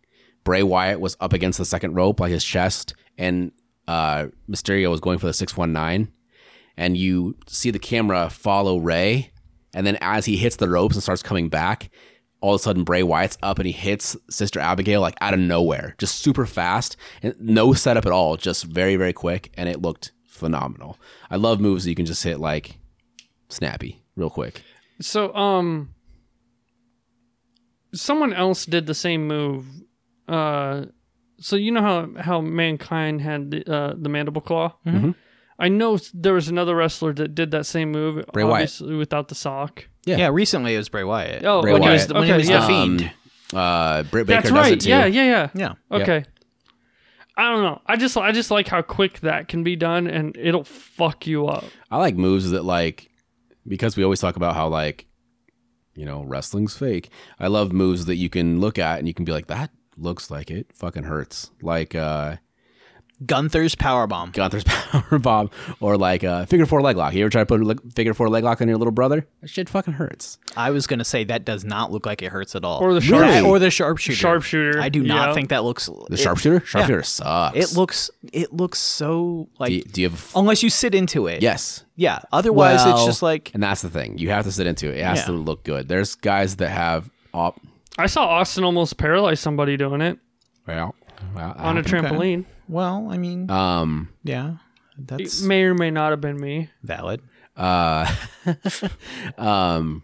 Speaker 1: Bray Wyatt was up against the second rope, like his chest, and uh, Mysterio was going for the 619. And you see the camera follow Ray, and then as he hits the ropes and starts coming back, all of a sudden Bray Wyatt's up and he hits Sister Abigail like out of nowhere, just super fast, and no setup at all, just very very quick, and it looked phenomenal. I love moves that you can just hit like snappy, real quick.
Speaker 2: So um, someone else did the same move. Uh, so you know how how mankind had the, uh, the mandible claw. Mm-hmm. I know s- there was another wrestler that did that same move,
Speaker 1: Bray Wyatt.
Speaker 2: obviously without the sock.
Speaker 1: Yeah.
Speaker 3: Yeah. recently it was Bray Wyatt.
Speaker 2: Oh,
Speaker 1: Bray
Speaker 3: when
Speaker 2: okay,
Speaker 3: he was,
Speaker 1: Wyatt.
Speaker 3: when he
Speaker 2: okay,
Speaker 3: was
Speaker 2: yeah.
Speaker 3: the Fiend.
Speaker 1: Um, Uh, Britt Baker
Speaker 2: That's
Speaker 1: does
Speaker 2: right.
Speaker 1: it too.
Speaker 2: Yeah, yeah, yeah.
Speaker 3: Yeah.
Speaker 1: Yep.
Speaker 2: Okay. I don't know. I just I just like how quick that can be done, and it'll fuck you up.
Speaker 1: I like moves that like because we always talk about how like you know wrestling's fake. I love moves that you can look at and you can be like that looks like it fucking hurts. Like uh
Speaker 3: Gunther's powerbomb.
Speaker 1: Gunther's power bomb or like uh figure four leg lock. You ever try to put a leg- figure four leg lock on your little brother? That shit fucking hurts.
Speaker 3: I was gonna say that does not look like it hurts at all.
Speaker 2: Or the
Speaker 1: Really?
Speaker 2: sharp
Speaker 3: That or the sharpshooter.
Speaker 2: Sharpshooter,
Speaker 3: I do not
Speaker 2: yeah.
Speaker 3: think that looks
Speaker 1: The
Speaker 3: it-
Speaker 1: sharpshooter? Sharpshooter sucks.
Speaker 3: It looks it looks so like
Speaker 1: do you, do you have a f-
Speaker 3: unless you sit into it.
Speaker 1: Yes.
Speaker 3: Yeah. Otherwise it's
Speaker 1: Well,
Speaker 3: just like
Speaker 1: And that's the thing. You have to sit into it. It has
Speaker 3: Yeah.
Speaker 1: to look good. There's guys that have op
Speaker 2: I saw Austin almost paralyze somebody doing it
Speaker 1: well, well, I
Speaker 2: on a
Speaker 1: don't-
Speaker 2: trampoline.
Speaker 3: well, I mean
Speaker 1: um
Speaker 3: yeah. That's
Speaker 2: It may or may not have been me.
Speaker 3: valid.
Speaker 1: Uh, um,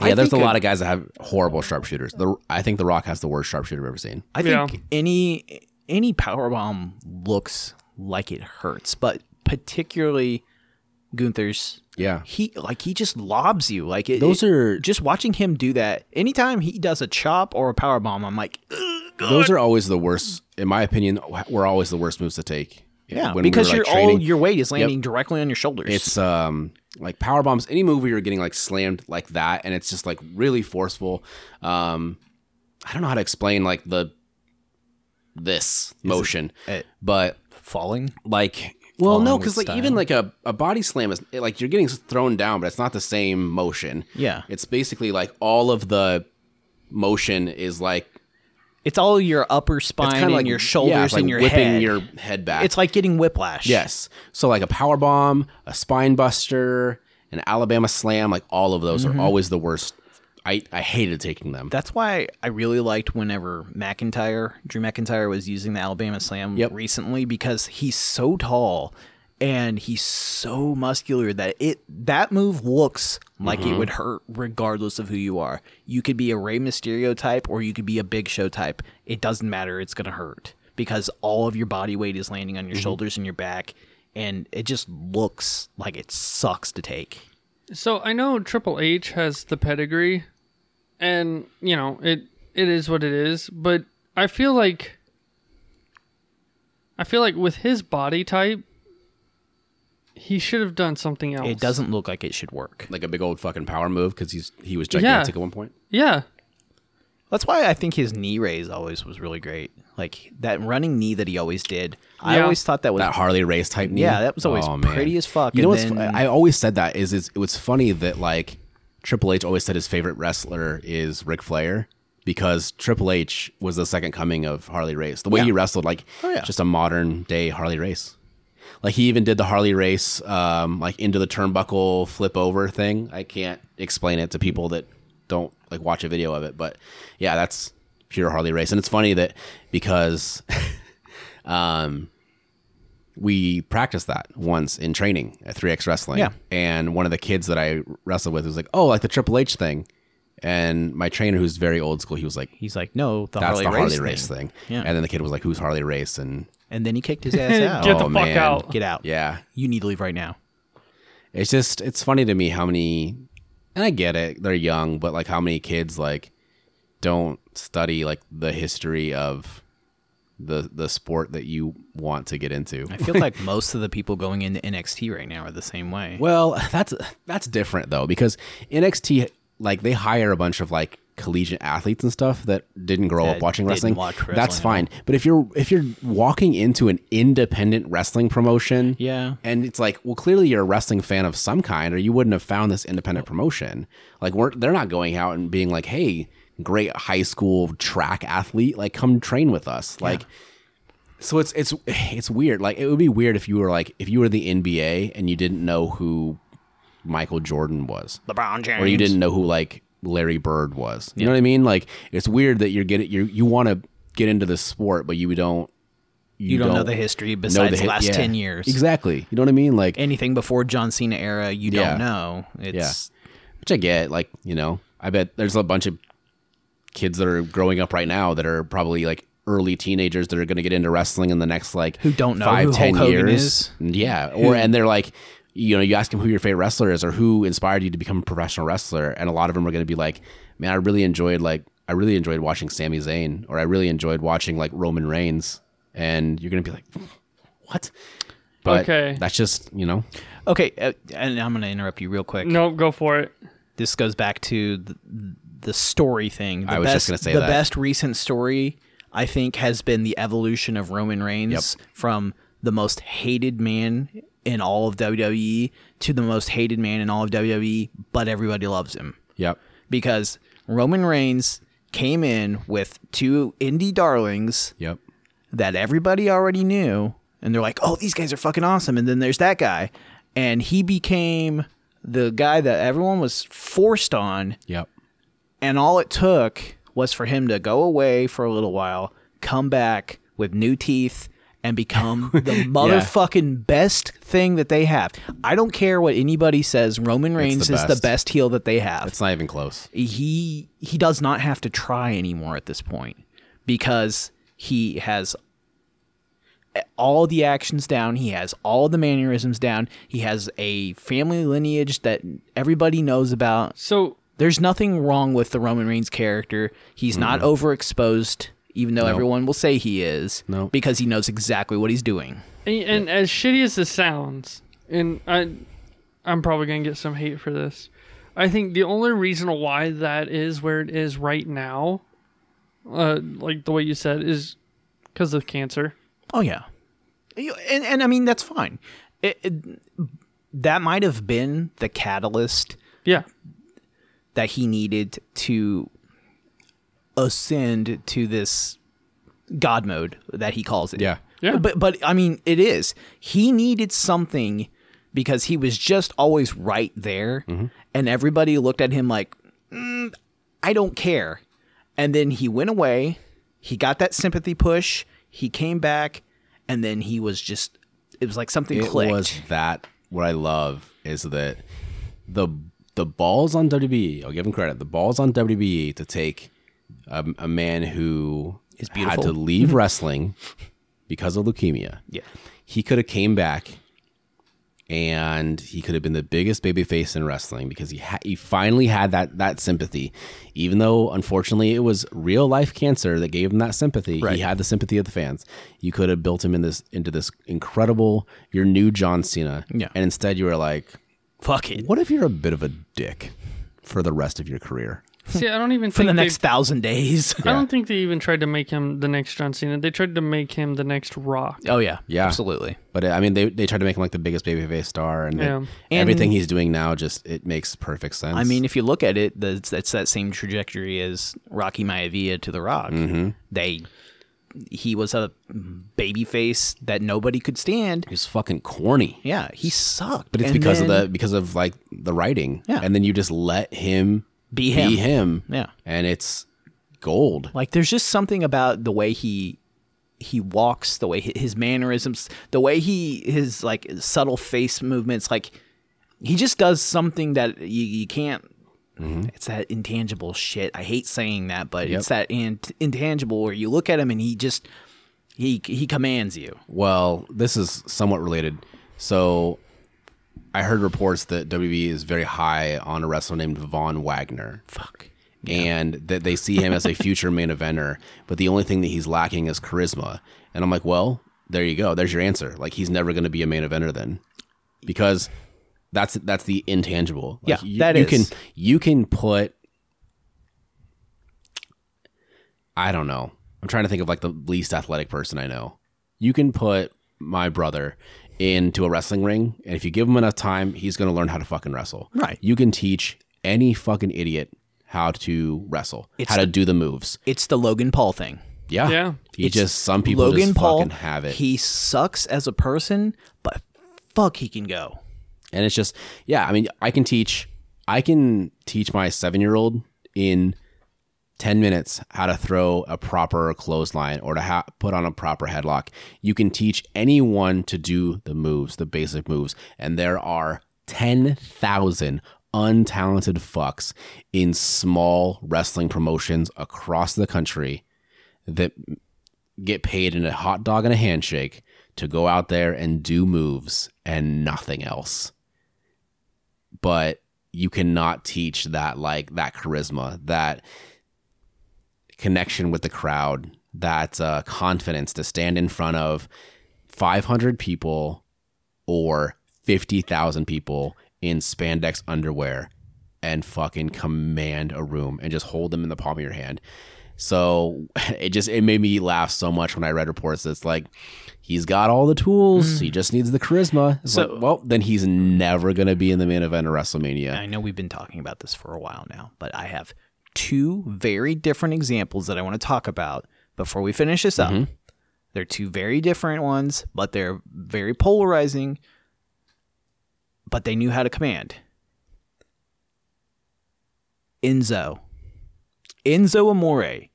Speaker 1: yeah,
Speaker 3: I
Speaker 1: there's a
Speaker 3: think
Speaker 1: lot of guys that have horrible sharpshooters. The I think The Rock has the worst sharpshooter I've ever seen.
Speaker 3: I
Speaker 2: Yeah.
Speaker 3: think any any powerbomb looks like it hurts, but particularly Gunther's
Speaker 1: Yeah,
Speaker 3: he like he just lobs you like it,
Speaker 1: those
Speaker 3: it-
Speaker 1: are
Speaker 3: just watching him do that anytime he does a chop or a power bomb i'm like
Speaker 1: those are always the worst, in my opinion. Were always the worst moves to take.
Speaker 3: yeah
Speaker 1: When we
Speaker 3: because
Speaker 1: were,
Speaker 3: your
Speaker 1: like,
Speaker 3: all
Speaker 1: training,
Speaker 3: your weight is landing directly on your shoulders
Speaker 1: it's um like power bombs. Any move where you're getting like slammed like that, and it's just like really forceful. Um, I don't know how to explain like the this motion,
Speaker 3: it-
Speaker 1: but
Speaker 3: falling
Speaker 1: like well no
Speaker 3: Falling
Speaker 1: because like
Speaker 3: style.
Speaker 1: even like a, a body slam is it, like you're getting thrown down but it's not the same motion
Speaker 3: yeah
Speaker 1: it's basically like all of the motion is like
Speaker 3: it's all your upper
Speaker 1: it's
Speaker 3: spine
Speaker 1: kind
Speaker 3: and
Speaker 1: of like
Speaker 3: your
Speaker 1: yeah,
Speaker 3: shoulders
Speaker 1: it's like
Speaker 3: and your
Speaker 1: whipping
Speaker 3: head
Speaker 1: your head back
Speaker 3: it's like getting whiplash
Speaker 1: yes so like a power bomb a spine buster an alabama slam like all of
Speaker 3: Mm-hmm.
Speaker 1: those are always the worst i i hated taking them
Speaker 3: that's why i really liked whenever mcintyre drew mcintyre was using the alabama slam
Speaker 1: Yep.
Speaker 3: recently because he's so tall and he's so muscular that it that move looks like it would hurt regardless of who you are. You could be a Rey Mysterio type or you could be a Big Show type. It doesn't matter. It's gonna hurt because all of your body weight is landing on your shoulders and your back, and it just looks like it sucks to take.
Speaker 2: So I know Triple H has the pedigree, and you know it. It is what it is, but I feel like I feel like with his body type, he should have done something else.
Speaker 3: It doesn't look like it should work.
Speaker 1: like a big old fucking power move because he's he was gigantic at one point
Speaker 2: Yeah,
Speaker 3: That's why I think his knee raise always was really great. Like that running knee that he always did. I
Speaker 2: Yeah.
Speaker 3: always thought that was
Speaker 1: that Harley race type knee. Oh,
Speaker 3: Yeah, that was always pretty as fuck,
Speaker 1: You know
Speaker 3: and
Speaker 1: what's?
Speaker 3: then-
Speaker 1: I always said that is it's, it was funny that like Triple H always said his favorite wrestler is Ric Flair because Triple H was the second coming of Harley Race. The way he wrestled, like
Speaker 3: Oh, yeah.
Speaker 1: just a modern day Harley Race. Like he even did the Harley Race, um, like into the turnbuckle flip over thing. I can't explain it to people that don't like watch a video of it, but yeah, that's pure Harley Race. And it's funny that because um, we practiced that once in training at 3X Wrestling.
Speaker 3: Yeah.
Speaker 1: And one of the kids that I wrestled with was like, oh, like the Triple H thing. And my trainer, who's very old school, he was like,
Speaker 3: He's like, no, the
Speaker 1: that's
Speaker 3: Harley,
Speaker 1: the
Speaker 3: race,
Speaker 1: Harley Race
Speaker 3: thing.
Speaker 1: thing.
Speaker 3: Yeah.
Speaker 1: And then the kid was like, who's Harley Race? And
Speaker 3: And then he kicked his ass out.
Speaker 2: get the
Speaker 1: Oh,
Speaker 2: fuck
Speaker 1: man.
Speaker 2: out.
Speaker 3: Get out.
Speaker 1: yeah,
Speaker 3: You need to leave right now.
Speaker 1: it's just, it's funny to me how many, and I get it, they're young, but like how many kids like don't study like the history of the the sport that you want to get into.
Speaker 3: I feel like most of the people going into NXT right now are the same way.
Speaker 1: Well, that's that's different though because NXT like they hire a bunch of like collegiate athletes and stuff that didn't grow
Speaker 3: That
Speaker 1: up watching
Speaker 3: didn't
Speaker 1: wrestling.
Speaker 3: watch
Speaker 1: That's
Speaker 3: wrestling
Speaker 1: fine. But if you're if you're walking into an independent wrestling promotion,
Speaker 3: Yeah.
Speaker 1: and it's like, well, clearly you're a wrestling fan of some kind, or you wouldn't have found this independent promotion. Like, we're they're not going out and being like, hey, great high school track athlete, like come train with us, like. So it's it's it's weird. Like it would be weird if you were like if you were the NBA and you didn't know who Michael Jordan was,
Speaker 3: LeBron James.
Speaker 1: or you didn't know who like Larry Bird was. You know what I mean? Like it's weird that you're getting you you want to get into this sport, but you don't
Speaker 3: You don't, know the
Speaker 1: history
Speaker 3: history besides the,
Speaker 1: hi-
Speaker 3: last
Speaker 1: yeah.
Speaker 3: ten years.
Speaker 1: Exactly. You know what I mean? Like
Speaker 3: Anything before John Cena era, you
Speaker 1: Yeah.
Speaker 3: don't know. It's
Speaker 1: which I get. Like you know, I bet there's a bunch of kids that are growing up right now that are probably like early teenagers that are going to get into wrestling in the next like
Speaker 3: Who don't know
Speaker 1: five
Speaker 3: who
Speaker 1: ten
Speaker 3: Hulk Hogan
Speaker 1: years.
Speaker 3: is.
Speaker 1: Yeah, or and they're like. You know, you ask them who your favorite wrestler is or who inspired you to become a professional wrestler, and a lot of them are going to be like, "Man, I really enjoyed like I really enjoyed watching Sami Zayn, or I really enjoyed watching like Roman Reigns, and you're gonna be like, what? But
Speaker 2: Okay.
Speaker 1: that's just you know,
Speaker 3: Okay, uh, and I'm going to interrupt you real quick.
Speaker 2: Nope, go for it.
Speaker 3: This goes back to the, the story thing. The
Speaker 1: I was just
Speaker 3: best-
Speaker 1: gonna say
Speaker 3: the
Speaker 1: that.
Speaker 3: best recent story I think has been the evolution of Roman Reigns from the most hated man in all of WWE to the most hated man in all of WWE, but everybody loves him.
Speaker 1: yep,
Speaker 3: because Roman Reigns came in with two indie darlings
Speaker 1: yep,
Speaker 3: that everybody already knew, and they're like, "Oh, these guys are fucking awesome." And then there's that guy, and he became the guy that everyone was forced on,
Speaker 1: yep,
Speaker 3: and all it took was for him to go away for a little while, come back with new teeth. And become the motherfucking best thing that they have. I don't care what anybody says. Roman Reigns is the
Speaker 1: best.
Speaker 3: best heel that they have
Speaker 1: it's not even close.
Speaker 3: he he does not have to try anymore at this point because he has all the actions down he has all the mannerisms down he has a family lineage that everybody knows about
Speaker 2: So
Speaker 3: there's nothing wrong with the roman reigns character he's not overexposed even though everyone will say he is
Speaker 1: No.
Speaker 3: because he knows exactly what he's doing
Speaker 2: And, and as shitty as this sounds, and I, I'm probably gonna get some hate for this. I think the only reason why that is where it is right now, uh, like the way you said, is because of cancer.
Speaker 3: Oh yeah, You- and and I mean that's fine. It, it, that might have been the catalyst
Speaker 2: Yeah,
Speaker 3: that he needed to ascend to this god mode that he calls it.
Speaker 1: Yeah,
Speaker 2: yeah.
Speaker 3: But but I mean it is. He needed something because he was just always right there
Speaker 1: Mm-hmm.
Speaker 3: and everybody looked at him like "Mm, I don't care. And then he went away, he got that sympathy push, he came back and then he was just it was like something
Speaker 1: it
Speaker 3: clicked.
Speaker 1: was that what I love is that the the balls on WWE. I'll give him credit. The balls on WWE to take a, a man who
Speaker 3: Is
Speaker 1: had
Speaker 3: beautiful.
Speaker 1: to leave wrestling because of leukemia.
Speaker 3: yeah.
Speaker 1: he could have came back and he could have been the biggest baby face in wrestling because he ha- he finally had that that sympathy even though unfortunately it was real life cancer that gave him that sympathy he had the sympathy of the fans you could have built him in this into this incredible your new John Cena
Speaker 3: Yeah.
Speaker 1: and instead you were like
Speaker 3: Fuck it.
Speaker 1: what if you're a bit of a dick for the rest of your career
Speaker 2: See, I don't even
Speaker 3: For
Speaker 2: think
Speaker 3: the
Speaker 2: they-
Speaker 3: next thousand days.
Speaker 2: I don't think they even tried to make him the next John Cena. They tried to make him the next Rock.
Speaker 3: Oh yeah,
Speaker 1: Yeah.
Speaker 3: absolutely.
Speaker 1: but uh, I mean they they tried to make him like the biggest babyface star and it-
Speaker 2: Yeah. And-
Speaker 1: everything he's doing now just it makes perfect sense
Speaker 3: I mean, if you look at it, that's, that's that same trajectory as Rocky Maivia to The Rock.
Speaker 1: Mm-hmm.
Speaker 3: They, he was a baby face that nobody could stand.
Speaker 1: he's fucking corny
Speaker 3: Yeah, he sucked.
Speaker 1: But it's
Speaker 3: And
Speaker 1: because of the
Speaker 3: then
Speaker 1: because of like the writing.
Speaker 3: Yeah.
Speaker 1: And then you just let him
Speaker 3: be him.
Speaker 1: be him.
Speaker 3: Yeah.
Speaker 1: And it's gold.
Speaker 3: Like, there's just something about the way he he walks, the way hi- his mannerisms, the way he his like subtle face movements. Like, he just does something that you, you can't.
Speaker 1: Mm-hmm.
Speaker 3: It's that intangible shit. I hate saying that, but it's that in, intangible where you look at him and he just he he commands you.
Speaker 1: Well, this is somewhat related. So I heard reports that WB is very high on a wrestler named Von Wagner.
Speaker 3: Fuck.
Speaker 1: and that they see him as a future main eventer, but the only thing that he's lacking is charisma. And I'm like, well, there you go. There's your answer. Like he's never going to be a main eventer then, because that's that's the intangible. Like,
Speaker 3: Yeah,
Speaker 1: you,
Speaker 3: that
Speaker 1: you
Speaker 3: is.
Speaker 1: can you can put. I don't know. I'm trying to think of like the least athletic person I know. You can put my brother into a wrestling ring, and if you give him enough time, he's going to learn how to fucking wrestle.
Speaker 3: Right.
Speaker 1: You can teach any fucking idiot how to wrestle, how to do the moves.
Speaker 3: It's the Logan Paul thing.
Speaker 1: Yeah.
Speaker 2: Yeah.
Speaker 1: You
Speaker 3: It's
Speaker 1: just some people
Speaker 3: Logan
Speaker 1: just
Speaker 3: Paul
Speaker 1: fucking have it.
Speaker 3: He sucks as a person, but fuck, he can go.
Speaker 1: and it's just yeah, I mean, I can teach I can teach my 7-year-old in 10 minutes how to throw a proper clothesline or to ha- put on a proper headlock. You can teach anyone to do the moves, the basic moves, and there are 10,000 untalented fucks in small wrestling promotions across the country that get paid in a hot dog and a handshake to go out there and do moves and nothing else. But you cannot teach that like that charisma, that connection with the crowd, that uh, confidence to stand in front of 500 people or 50,000 people in spandex underwear and fucking command a room and just hold them in the palm of your hand. So it just it made me laugh so much when I read reports that's like he's got all the tools, he just needs the charisma. It's
Speaker 3: So-
Speaker 1: like, well, then he's never going to be in the main event of WrestleMania.
Speaker 3: I know we've been talking about this for a while now, but I have two very different examples that I want to talk about before we finish this up. They're two very different ones, but they're very polarizing, but they knew how to command. Enzo. Enzo Amore.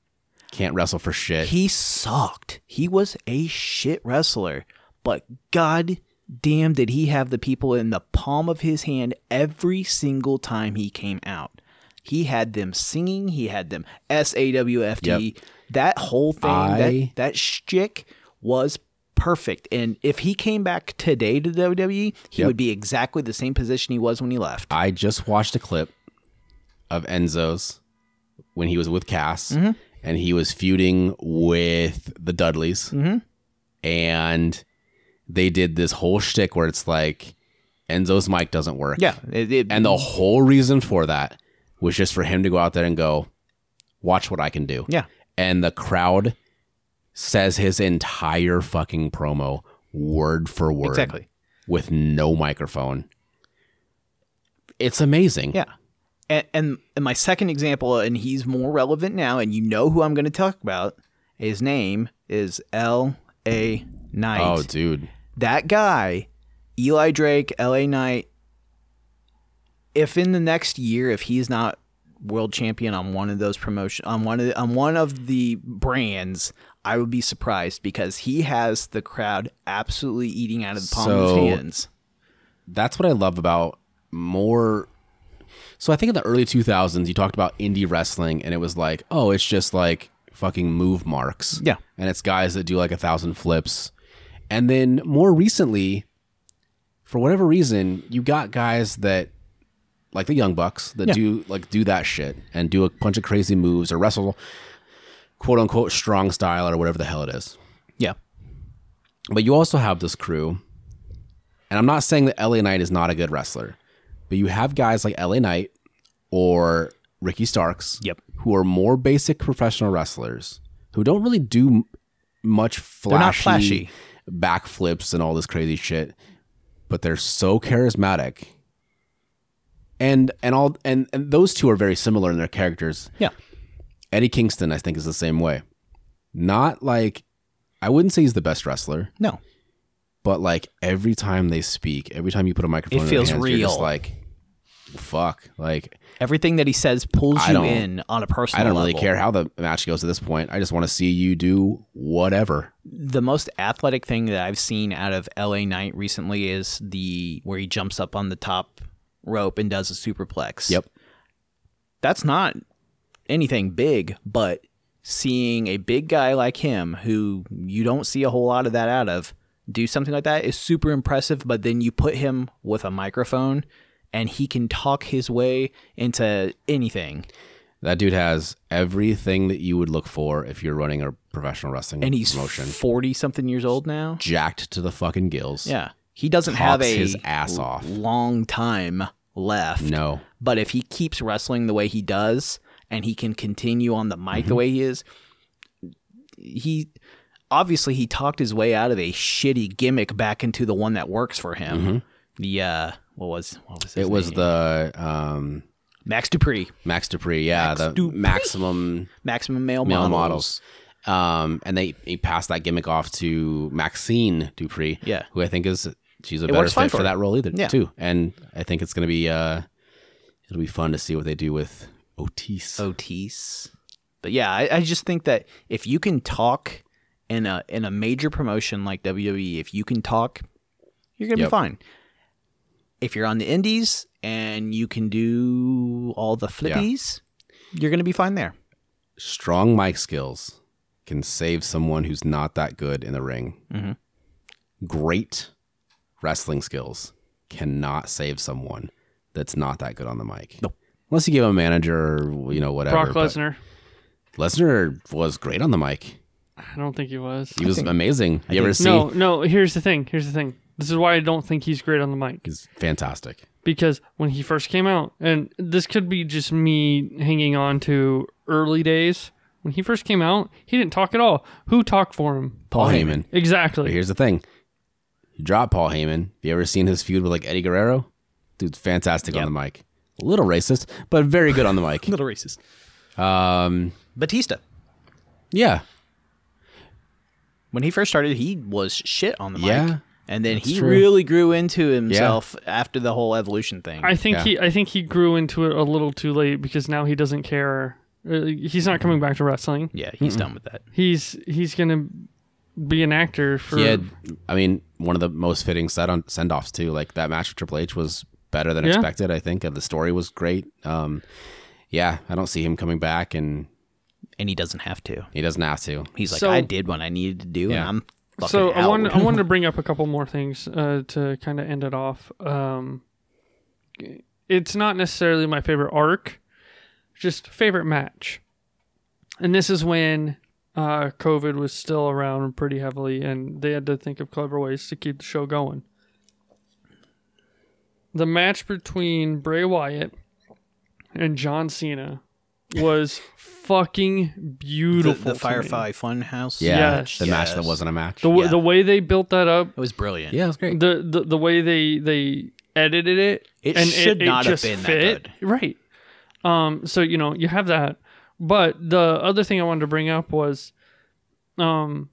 Speaker 1: Can't wrestle for shit.
Speaker 3: He sucked. He was a shit wrestler, but god damn did he have the people in the palm of his hand every single time he came out. He had them singing, he had them S A W F T. That whole thing,
Speaker 1: I-
Speaker 3: that that shtick was perfect. And if he came back today to WWE, he
Speaker 1: Yep.
Speaker 3: would be exactly the same position he was when he left.
Speaker 1: I just watched a clip of Enzo's when he was with Cass
Speaker 3: Mm-hmm.
Speaker 1: and he was feuding with the Dudleys. And they did this whole shtick where it's like Enzo's mic doesn't work.
Speaker 3: yeah, it, it-
Speaker 1: And the whole reason for that was just for him to go out there and go, watch what I can do.
Speaker 3: yeah.
Speaker 1: And the crowd says his entire fucking promo word for word
Speaker 3: Exactly.
Speaker 1: with no microphone. It's amazing.
Speaker 3: Yeah. And, and and my second example, and he's more relevant now, and you know who I'm going to talk about. His name is L. A. Knight.
Speaker 1: Oh, dude.
Speaker 3: that guy, Eli Drake, L. A. Knight. If in the next year, if he's not world champion on one of those promotion on one of the, on one of the brands, I would be surprised because he has the crowd absolutely eating out of the palm of
Speaker 1: So-
Speaker 3: his hands.
Speaker 1: That's what I love about more. So I think in the early 2000s, you talked about indie wrestling, and it was like, oh, it's just like fucking move marks.
Speaker 3: Yeah.
Speaker 1: And it's guys that do like a thousand flips. And then more recently, for whatever reason, you got guys that like the Young Bucks that do like do that shit and do a bunch of crazy moves or wrestle quote unquote strong style or whatever the hell it is.
Speaker 3: Yeah.
Speaker 1: But you also have this crew, and I'm not saying that LA Knight is not a good wrestler, but you have guys like LA Knight or Ricky Starks,
Speaker 3: Yep.
Speaker 1: who are more basic professional wrestlers who don't really do m- much flashy,
Speaker 3: not flashy.
Speaker 1: backflips and all this crazy shit, but they're so charismatic. And and all and, and those two are very similar in their characters.
Speaker 3: Yeah.
Speaker 1: Eddie Kingston, I think, is the same way. Not like I wouldn't say he's the best wrestler
Speaker 3: No.
Speaker 1: but like every time they speak, every time you put a microphone,
Speaker 3: It
Speaker 1: in
Speaker 3: feels
Speaker 1: their hands, You're just
Speaker 3: real.
Speaker 1: like, fuck. Like
Speaker 3: Everything that he says pulls
Speaker 1: I
Speaker 3: you
Speaker 1: don't-
Speaker 3: in on a personal
Speaker 1: I don't really
Speaker 3: level.
Speaker 1: care how the match goes at this point. I just want to see you do whatever.
Speaker 3: The most athletic thing that I've seen out of LA Knight recently is the where he jumps up on the top rope and does a superplex.
Speaker 1: Yep.
Speaker 3: That's not anything big, but seeing a big guy like him who you don't see a whole lot of that out of do something like that is super impressive, but then you put him with a microphone and he can talk his way into anything.
Speaker 1: That dude has everything that you would look for if you're running a professional wrestling
Speaker 3: And he's
Speaker 1: promotion.
Speaker 3: 40 something years old now.
Speaker 1: Jacked to the fucking gills.
Speaker 3: Yeah. He doesn't
Speaker 1: Talks
Speaker 3: have a
Speaker 1: his ass off.
Speaker 3: long time left.
Speaker 1: No.
Speaker 3: But if he keeps wrestling the way he does and he can continue on the mic the
Speaker 1: Mm-hmm.
Speaker 3: way he is, he obviously he talked his way out of a shitty gimmick back into the one that works for him. The uh what was what was his
Speaker 1: Mm-hmm. It was
Speaker 3: name?
Speaker 1: the um,
Speaker 3: Max Dupree,
Speaker 1: Max Dupree. Yeah.
Speaker 3: Max
Speaker 1: the
Speaker 3: Dupree.
Speaker 1: maximum
Speaker 3: Maximum Male,
Speaker 1: male models.
Speaker 3: models.
Speaker 1: Um, and they he passed that gimmick off to Maxine Dupree,
Speaker 3: Yeah.
Speaker 1: who I think is she's a better
Speaker 3: works fine
Speaker 1: fit for
Speaker 3: for
Speaker 1: that role either,
Speaker 3: Yeah.
Speaker 1: too. And I think it's gonna be uh, it'll be fun to see what they do with Otis.
Speaker 3: Oh. Otis. But yeah, I, I just think that if you can talk in a in a major promotion like WWE, if you can talk, you're gonna
Speaker 1: Yep.
Speaker 3: be fine. If you're on the indies and you can do all the flippies, you're gonna be fine there.
Speaker 1: Strong mic skills can save someone who's not that good in the ring.
Speaker 3: Mhm.
Speaker 1: Great wrestling skills cannot save someone that's not that good on the mic.
Speaker 3: Nope.
Speaker 1: Unless you give 'em a manager, or, you know, whatever.
Speaker 2: Brock
Speaker 1: but-
Speaker 2: Lesnar.
Speaker 1: Lesnar was great on the mic.
Speaker 2: I don't think he was.
Speaker 1: He was amazing. You ever see?
Speaker 2: No, no. Here's the thing. Here's the thing. This is why I don't think he's great on the mic.
Speaker 1: He's fantastic.
Speaker 2: because when he first came out, and this could be just me hanging on to early days, when he first came out, he didn't talk at all. Who talked for him?
Speaker 1: Paul Heyman. But
Speaker 2: Exactly.
Speaker 1: here's the thing: you drop Paul Heyman. Have you ever seen his feud with like Eddie Guerrero? Dude's fantastic on the mic. A little racist, but very good on the mic.
Speaker 3: Little racist.
Speaker 1: Um,
Speaker 3: Batista.
Speaker 1: yeah,
Speaker 3: When he first started, he was shit on the mic.
Speaker 1: Yeah,
Speaker 3: And then he
Speaker 1: true.
Speaker 3: really grew into himself after the whole evolution thing.
Speaker 2: I think
Speaker 1: Yeah.
Speaker 2: he I think he grew into it a little too late because now he doesn't care. Uh, He's not coming back to wrestling.
Speaker 3: yeah, he's done with that.
Speaker 2: He's he's gonna be an actor for
Speaker 1: he had. I mean, one of the most fitting set on send offs too. Like that match with Triple H was better than
Speaker 2: Yeah.
Speaker 1: expected. I think and the story was great. Um, yeah, I don't see him coming back, and
Speaker 3: And he doesn't have to.
Speaker 1: he doesn't have to.
Speaker 3: He's like,
Speaker 2: So-
Speaker 3: I did what I needed to do, and
Speaker 1: Yeah.
Speaker 3: I'm fucking
Speaker 2: so I
Speaker 3: out.
Speaker 2: wanted I wanted to bring up a couple more things uh, to kind of end it off. Um, it's not necessarily my favorite arc, just favorite match, and this is when uh, COVID was still around pretty heavily, and they had to think of clever ways to keep the show going. The match between Bray Wyatt and John Cena was fucking
Speaker 3: the,
Speaker 2: beautiful. to
Speaker 3: the
Speaker 2: me.
Speaker 3: Firefly Funhouse.
Speaker 1: Yeah,
Speaker 2: Yes.
Speaker 1: the match that
Speaker 3: Yes.
Speaker 1: wasn't a match.
Speaker 2: The, w the way they built that up
Speaker 3: It was brilliant.
Speaker 1: yeah, it was great.
Speaker 2: the the, the way they they edited it
Speaker 3: It should not have
Speaker 2: just
Speaker 3: been that
Speaker 2: good right um so you know you have that but the other thing i wanted to bring up was um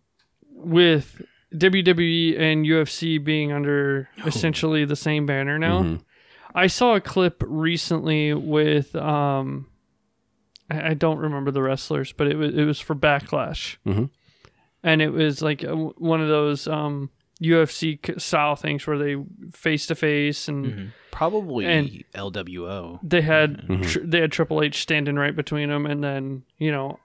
Speaker 2: with WWE and UFC being under essentially the same banner now
Speaker 3: Mm-hmm.
Speaker 1: Mm-hmm.
Speaker 2: i saw a clip recently with um I I don't remember the wrestlers, but it was it was for Backlash,
Speaker 1: Mhm.
Speaker 2: and it was like uh, one of those um, UFC c- style things where they face to face, and
Speaker 3: Mm-hmm. Probably
Speaker 2: Mm-hmm. And- Uh-huh.
Speaker 3: LWO.
Speaker 2: they had
Speaker 1: Mm-hmm.
Speaker 2: tr- they had Triple H standing right between them, and then you know,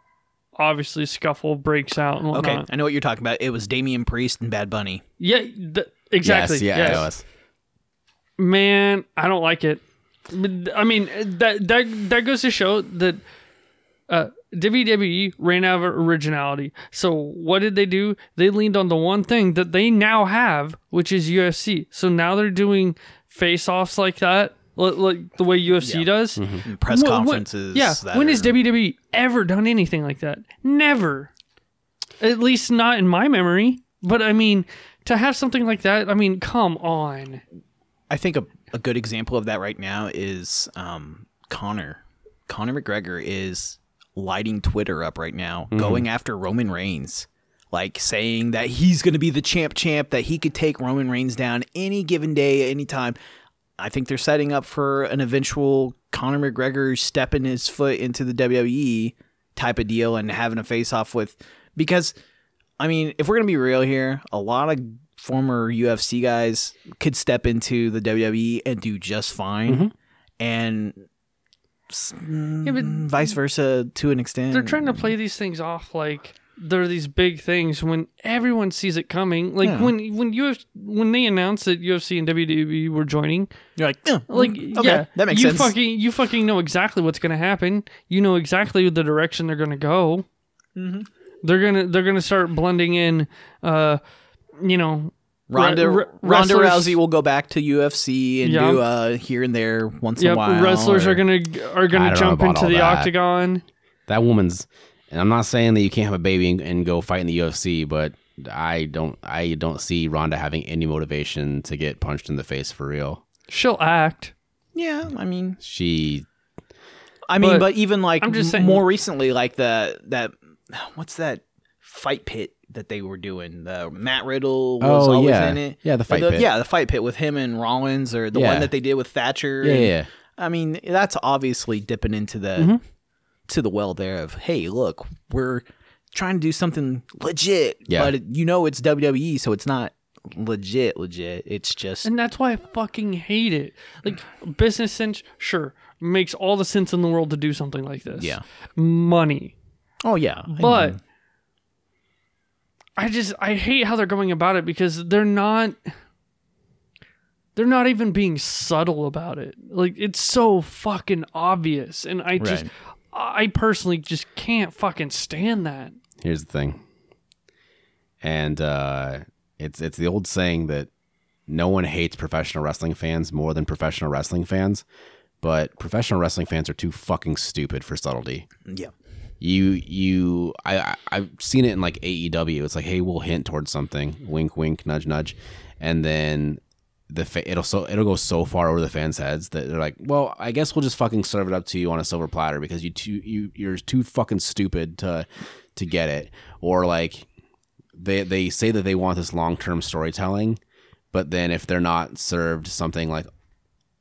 Speaker 2: obviously scuffle breaks out and
Speaker 3: Okay,
Speaker 2: whatnot.
Speaker 3: I know what you're talking about. It was Damian Priest and Bad Bunny.
Speaker 2: Yeah, th- exactly.
Speaker 1: Yes, yeah,
Speaker 2: yes.
Speaker 1: it was.
Speaker 2: man, I don't like it. But, I mean, that that that goes to show that uh, WWE ran out of originality. So what did they do? They leaned on the one thing that they now have, which is UFC. So now they're doing face-offs like that, li- like the way UFC does.
Speaker 3: Mm-hmm. Mm, Press
Speaker 2: Wh- wh-
Speaker 3: conferences.
Speaker 2: yeah.
Speaker 3: that
Speaker 2: When has
Speaker 3: are-
Speaker 2: WWE ever done anything like that? Never. At least not in my memory. But I mean, to have something like that, I mean, come on.
Speaker 3: I think a, a good example of that right now is um, Connor. Connor McGregor is lighting Twitter up right now,
Speaker 2: Mm-hmm.
Speaker 3: going after Roman Reigns, like saying that he's going to be the champ champ, that he could take Roman Reigns down any given day, at any time. I think they're setting up for an eventual Conor McGregor stepping his foot into the WWE type of deal and having a face off with. Because, I mean, if we're going to be real here, a lot of former UFC guys could step into the WWE and do just fine. And s- mm,
Speaker 2: Yeah, but
Speaker 3: vice versa to an extent.
Speaker 1: Hmm.
Speaker 2: they're trying to play these things off like they're these big things when everyone sees it coming. Like
Speaker 1: Hmm.
Speaker 3: Yeah.
Speaker 2: when when Uf- when they announced that UFC and WWE were joining,
Speaker 3: You're like,
Speaker 1: Hmm.
Speaker 3: "Yeah,
Speaker 2: like
Speaker 3: okay,
Speaker 2: yeah,
Speaker 3: that makes
Speaker 2: you
Speaker 3: sense.
Speaker 2: Fucking, you fucking know exactly what's gonna happen. You know exactly the direction they're gonna go.
Speaker 1: Mm-hmm.
Speaker 2: They're gonna they're gonna start blending in, uh, you know,
Speaker 3: Ronda
Speaker 2: re-
Speaker 3: Ronda
Speaker 2: wrestlers-
Speaker 3: Rousey will go back to UFC and
Speaker 2: Yeah.
Speaker 3: do uh, here and there once in a
Speaker 2: Yep,
Speaker 3: while.
Speaker 2: wrestlers
Speaker 3: or-
Speaker 2: are gonna are
Speaker 1: I
Speaker 2: gonna
Speaker 1: don't know
Speaker 2: jump
Speaker 1: about
Speaker 2: into
Speaker 1: all
Speaker 2: the
Speaker 1: that.
Speaker 2: octagon.
Speaker 1: that woman's and I'm not saying that you can't have a baby and, and go fight in the UFC, but I don't I don't see Ronda having any motivation to get punched in the face for real.
Speaker 2: She'll act.
Speaker 3: Yeah, I mean,
Speaker 1: She
Speaker 3: I mean,
Speaker 2: But-
Speaker 3: but, even like
Speaker 2: I'm just
Speaker 3: m-
Speaker 2: saying-
Speaker 3: more recently, like the that what's that fight pit that they were doing? The Matt Riddle was
Speaker 1: Oh,
Speaker 3: always
Speaker 1: yeah.
Speaker 3: in it.
Speaker 1: Yeah, the
Speaker 3: Or
Speaker 1: fight pit.
Speaker 3: Yeah, the fight pit with him and Rollins, or the
Speaker 1: Yeah.
Speaker 3: one that they did with Thatcher.
Speaker 1: yeah,
Speaker 3: and-
Speaker 1: yeah,
Speaker 3: I mean, that's obviously dipping into the to the well there of hey, look, we're trying to do something legit,
Speaker 1: Yeah.
Speaker 3: but you know it's WWE, so it's not legit, legit. It's just
Speaker 2: And that's why I fucking hate it. Like business sense, sure, makes all the sense in the world to do something like this.
Speaker 3: Yeah.
Speaker 2: Money.
Speaker 3: oh yeah, I
Speaker 2: But
Speaker 3: mean,
Speaker 2: I just I hate how they're going about it because they're not they're not even being subtle about it. Like it's so fucking obvious and I just
Speaker 3: Right.
Speaker 2: I personally just can't fucking stand that.
Speaker 1: Here's the thing. And uh, it's it's the old saying that no one hates professional wrestling fans more than professional wrestling fans, but professional wrestling fans are too fucking stupid for subtlety.
Speaker 3: Yeah.
Speaker 1: You you I, I I've seen it in like AEW. It's like, hey, we'll hint towards something, wink, wink, nudge, nudge, and then the fa- it'll so it'll go so far over the fans' heads that they're like, well, I guess we'll just fucking serve it up to you on a silver platter because you too you you're too fucking stupid to to get it, or like they they say that they want this long term storytelling, but then if they're not served something like,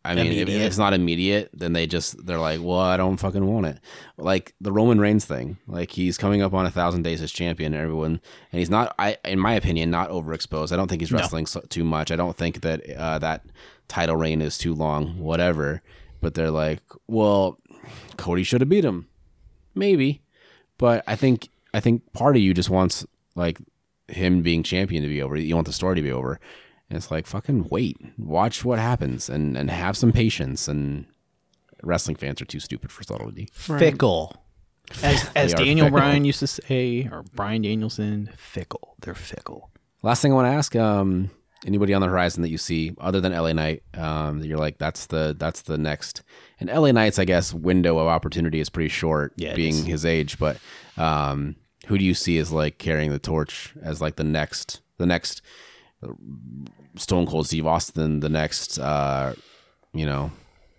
Speaker 1: I mean, if- if
Speaker 3: Immediate.
Speaker 1: it's not immediate, then they just they're like, well, I don't fucking want it. Like the Roman Reigns thing, like he's coming up on a thousand days as champion, and everyone, and he's not, I in my opinion, not overexposed. I don't think he's wrestling so, too much. I don't think that uh, that title reign is too long, whatever. But they're like, well, Cody should have beat him, maybe but I think I think part of you just wants like him being champion to be over. You want the story to be over. And it's like fucking wait, watch what happens, and and have some patience. And wrestling fans are too stupid for subtlety.
Speaker 3: Fickle. As, as
Speaker 1: are
Speaker 3: Daniel
Speaker 1: fickle.
Speaker 3: Bryan used to say, or Brian Danielson, fickle. They're fickle.
Speaker 1: Last thing I want to ask, um, anybody on the horizon that you see other than LA Knight, um, that you're like that's the that's the next. And LA Knight's I guess window of opportunity is pretty short,
Speaker 3: Yeah, it
Speaker 1: being
Speaker 3: is.
Speaker 1: his age. But um, who do you see as like carrying the torch as like the next the next uh, Stone Cold Steve Austin, the next uh, you know,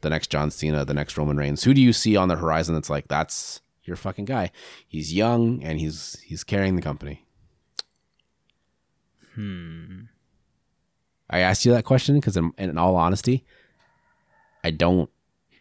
Speaker 1: the next John Cena, the next Roman Reigns. Who do you see on the horizon that's like that's your fucking guy? He's young and he's he's carrying the company. I asked you that question because, in, in all honesty, I don't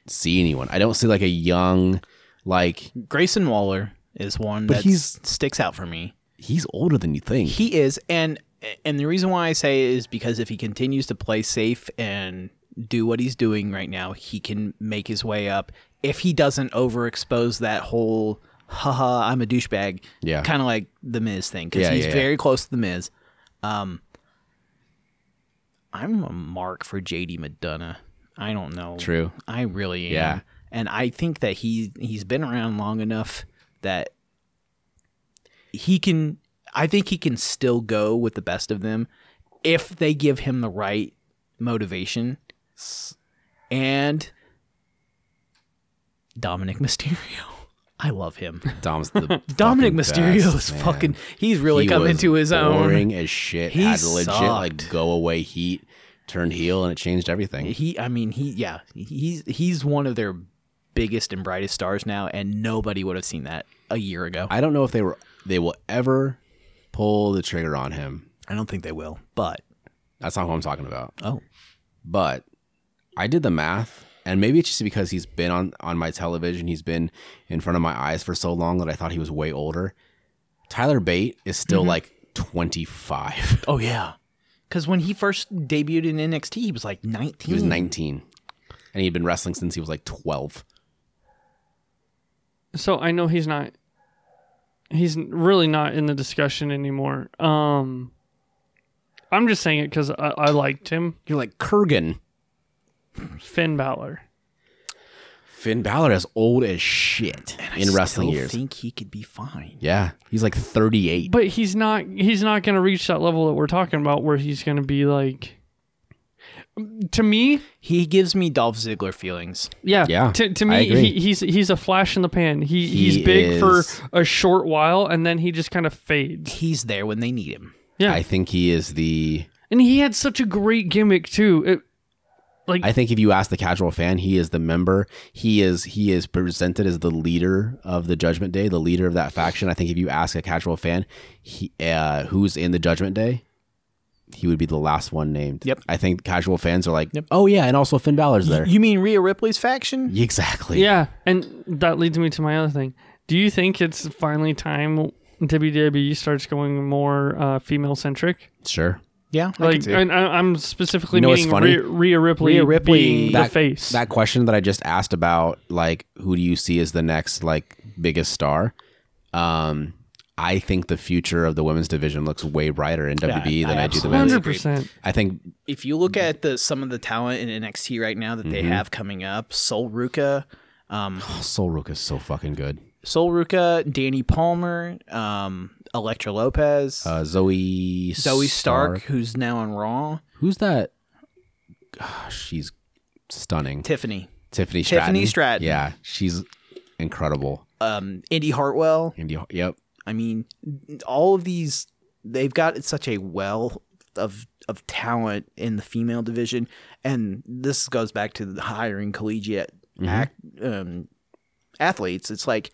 Speaker 1: see anyone. I don't see like a young, like
Speaker 3: Grayson Waller is one
Speaker 1: But
Speaker 3: that
Speaker 1: he's-
Speaker 3: sticks out for me.
Speaker 1: he's older than you think.
Speaker 3: He is, and and the reason why I say it is because if he continues to play safe and do what he's doing right now, he can make his way up. If he doesn't overexpose that whole "haha, I'm a douchebag,"
Speaker 1: Yeah.
Speaker 3: kind of like the Miz thing, because
Speaker 1: Yeah,
Speaker 3: he's
Speaker 1: yeah, yeah.
Speaker 3: very close to the Miz. Um, I'm a mark for JD Madonna. I don't know.
Speaker 1: True.
Speaker 3: I really am.
Speaker 1: Yeah.
Speaker 3: And I think that he he's been around long enough that he can I think he can still go with the best of them if they give him the right motivation and Dominic Mysterio. I love him.
Speaker 1: Dom's the
Speaker 3: Dominic
Speaker 1: fucking
Speaker 3: Mysterio
Speaker 1: best,
Speaker 3: is
Speaker 1: man.
Speaker 3: fucking he's really
Speaker 1: He
Speaker 3: come
Speaker 1: was
Speaker 3: into his
Speaker 1: boring
Speaker 3: own.
Speaker 1: as shit.
Speaker 3: He
Speaker 1: had legit like
Speaker 3: sucked.
Speaker 1: go away heat, turned heel, and it changed everything.
Speaker 3: He I mean he yeah, he's he's one of their biggest and brightest stars now and nobody would have seen that a year ago.
Speaker 1: I don't know if they were they will ever pull the trigger on him.
Speaker 3: I don't think they will, but
Speaker 1: That's not who I'm talking about.
Speaker 3: oh,
Speaker 1: but I did the math, and maybe it's just because he's been on on my television, he's been in front of my eyes for so long that I thought he was way older. Tyler Bate is still like 25.
Speaker 3: oh yeah, because when he first debuted in NXT, he was like nineteen.
Speaker 1: He was 19, and he'd been wrestling since he was like 12.
Speaker 2: So I know he's not. He's really not in the discussion anymore. Um, I'm just saying it because I, I liked him,
Speaker 1: You're like Kurgan.
Speaker 2: Finn Balor.
Speaker 1: Finn Balor is old as shit in wrestling
Speaker 3: Still
Speaker 1: years.
Speaker 3: think he could be fine.
Speaker 1: yeah, he's like 38.
Speaker 2: But he's not. He's not going to reach that level that we're talking about, where he's going to be like. To me,
Speaker 3: He gives me Dolph Ziggler feelings.
Speaker 2: Yeah,
Speaker 1: Yeah,
Speaker 2: To, to
Speaker 1: I
Speaker 2: me,
Speaker 1: agree.
Speaker 2: he, he's he's a flash in the pan. He,
Speaker 1: He
Speaker 2: he's big
Speaker 1: is-
Speaker 2: for a short while, and then he just kind of fades.
Speaker 3: He's there when they need him.
Speaker 2: Yeah,
Speaker 1: I think he is the
Speaker 2: and he had such a great gimmick too. It, like
Speaker 1: I think if you ask the casual fan, he is the member. He is he is presented as the leader of the Judgment Day, the leader of that faction. I think if you ask a casual fan, he, uh, who's in the Judgment Day, he would be the last one named.
Speaker 3: Yep.
Speaker 1: I think casual fans are like, oh yeah, and also Finn Balor's there.
Speaker 3: You mean Rhea Ripley's faction?
Speaker 1: exactly.
Speaker 2: yeah, and that leads me to my other thing. Do you think it's finally time WWE starts going more uh, female centric?
Speaker 1: Sure.
Speaker 3: Yeah, I can
Speaker 2: Like,
Speaker 3: see.
Speaker 2: and I, I'm specifically
Speaker 1: You know what's
Speaker 2: meaning
Speaker 1: funny?
Speaker 2: Rhea, Rhea Ripley,
Speaker 3: Rhea Ripley-
Speaker 2: being the
Speaker 1: That-
Speaker 2: face.
Speaker 1: That question that I just asked about, like, who do you see as the next like biggest star? Um, I think the future of the women's division looks way brighter in WWE than I,
Speaker 3: I
Speaker 1: do the
Speaker 3: absolutely
Speaker 1: men's.
Speaker 2: Hundred percent.
Speaker 1: I think
Speaker 3: if you look at the some of the talent in NXT right now that they have coming up, Sol Ruka, Um,
Speaker 1: Oh, Soul Rook is so fucking good.
Speaker 3: Sol Ruca, Danny Palmer, um, Electra Lopez,
Speaker 1: Uh, Zoe
Speaker 3: Zoe Stark, who's now on Raw,
Speaker 1: Who's that? Ah, she's stunning.
Speaker 3: Tiffany,
Speaker 1: Tiffany Stratton.
Speaker 3: Tiffany Stratton.
Speaker 1: Yeah, she's incredible.
Speaker 3: um, Indy Hartwell.
Speaker 1: Indy, yep.
Speaker 3: I mean, all of these they've got such a well of of talent in the female division, and this goes back to the hiring collegiate
Speaker 1: Mm-hmm.
Speaker 3: act, um, athletes. It's like,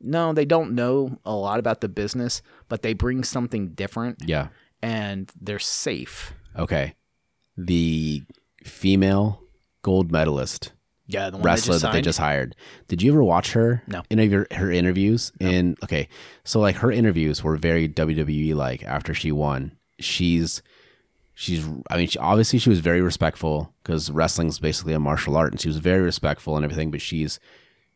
Speaker 3: no, they don't know a lot about the business, but they bring something different,
Speaker 1: Yeah.
Speaker 3: and they're safe.
Speaker 1: Okay. The female gold medalist
Speaker 3: Yeah, the one
Speaker 1: wrestler that they
Speaker 3: signed.
Speaker 1: just hired. Did you ever watch her?
Speaker 3: No.
Speaker 1: Any of your, her interviews? And okay, so like her interviews were very WWE like after she won. She's she's I mean she, obviously she was very respectful cuz wrestling's basically a martial art and she was very respectful and everything, but she's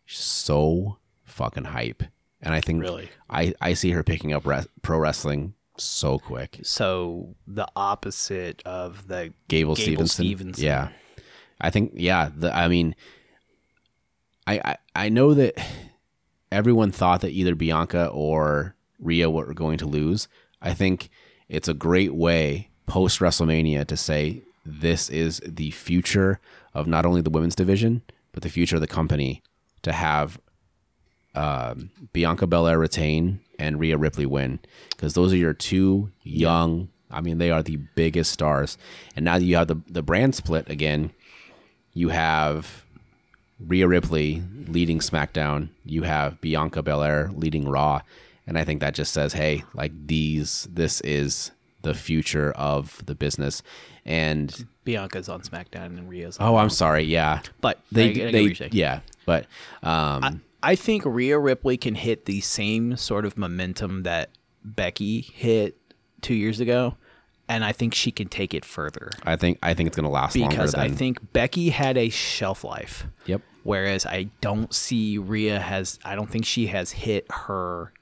Speaker 1: so fucking hype. And I think
Speaker 3: Really?
Speaker 1: I I see her picking up res- pro wrestling so quick.
Speaker 3: so the opposite of the
Speaker 1: Gable,
Speaker 3: Gable
Speaker 1: Stevenson.
Speaker 3: Stevenson.
Speaker 1: Yeah, I think yeah. The, I mean, I, I I know that everyone thought that either Bianca or Rhea were going to lose. I think it's a great way post WrestleMania to say this is the future of not only the women's division but the future of the company to have um, Bianca Belair retain and Rhea Ripley win because those are your two young. I mean, they are the biggest stars. And now that you have the the brand split again, you have Rhea Ripley leading SmackDown. You have Bianca Belair leading Raw, and I think that just says, hey, like these, this is the future of the business. And
Speaker 3: Bianca's on SmackDown and Rhea's. On.
Speaker 1: oh, I'm sorry, yeah,
Speaker 3: but
Speaker 1: they
Speaker 3: I- I get what
Speaker 1: they
Speaker 3: you're saying.
Speaker 1: yeah, but um,
Speaker 3: I think Rhea Ripley can hit the same sort of momentum that Becky hit two years ago, and I think she can take it further
Speaker 1: I think I think it's gonna last longer
Speaker 3: because
Speaker 1: than
Speaker 3: I think Becky had a shelf life.
Speaker 1: yep.
Speaker 3: Whereas I don't see Rhea has. I don't think she has hit her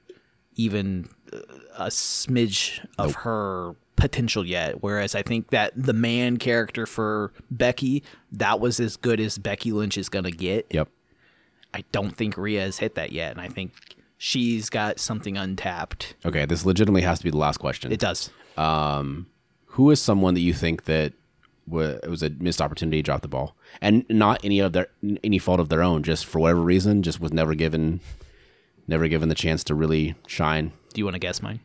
Speaker 3: even uh, a smidge of her potential yet. Whereas I think that the man character for Becky that was as good as Becky Lynch is gonna get.
Speaker 1: Yep.
Speaker 3: I don't think Rhea has hit that yet, and I think she's got something untapped.
Speaker 1: Okay, this legitimately has to be the last question.
Speaker 3: It does.
Speaker 1: Who is someone that you think that was, was a missed opportunity to drop the ball, and not any of their any fault of their own, just for whatever reason, just was never given, never given the chance to really shine.
Speaker 3: Do you want to guess mine?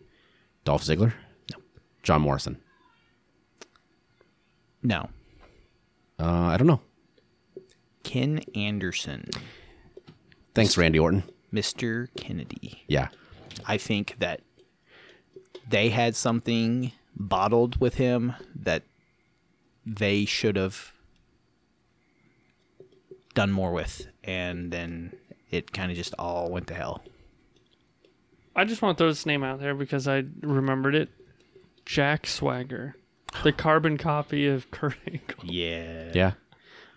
Speaker 1: Dolph Ziggler, no. John Morrison.
Speaker 3: No.
Speaker 1: Uh, I don't know.
Speaker 3: Ken Anderson,
Speaker 1: Thanks, Randy Orton.
Speaker 3: Mr. Kennedy.
Speaker 1: Yeah,
Speaker 3: I think that they had something bottled with him that they should have done more with, and then it kind of just all went to hell.
Speaker 2: I just want to throw this name out there because I remembered it. Jack Swagger, the carbon copy of Kurt Angle.
Speaker 3: Yeah.
Speaker 1: yeah.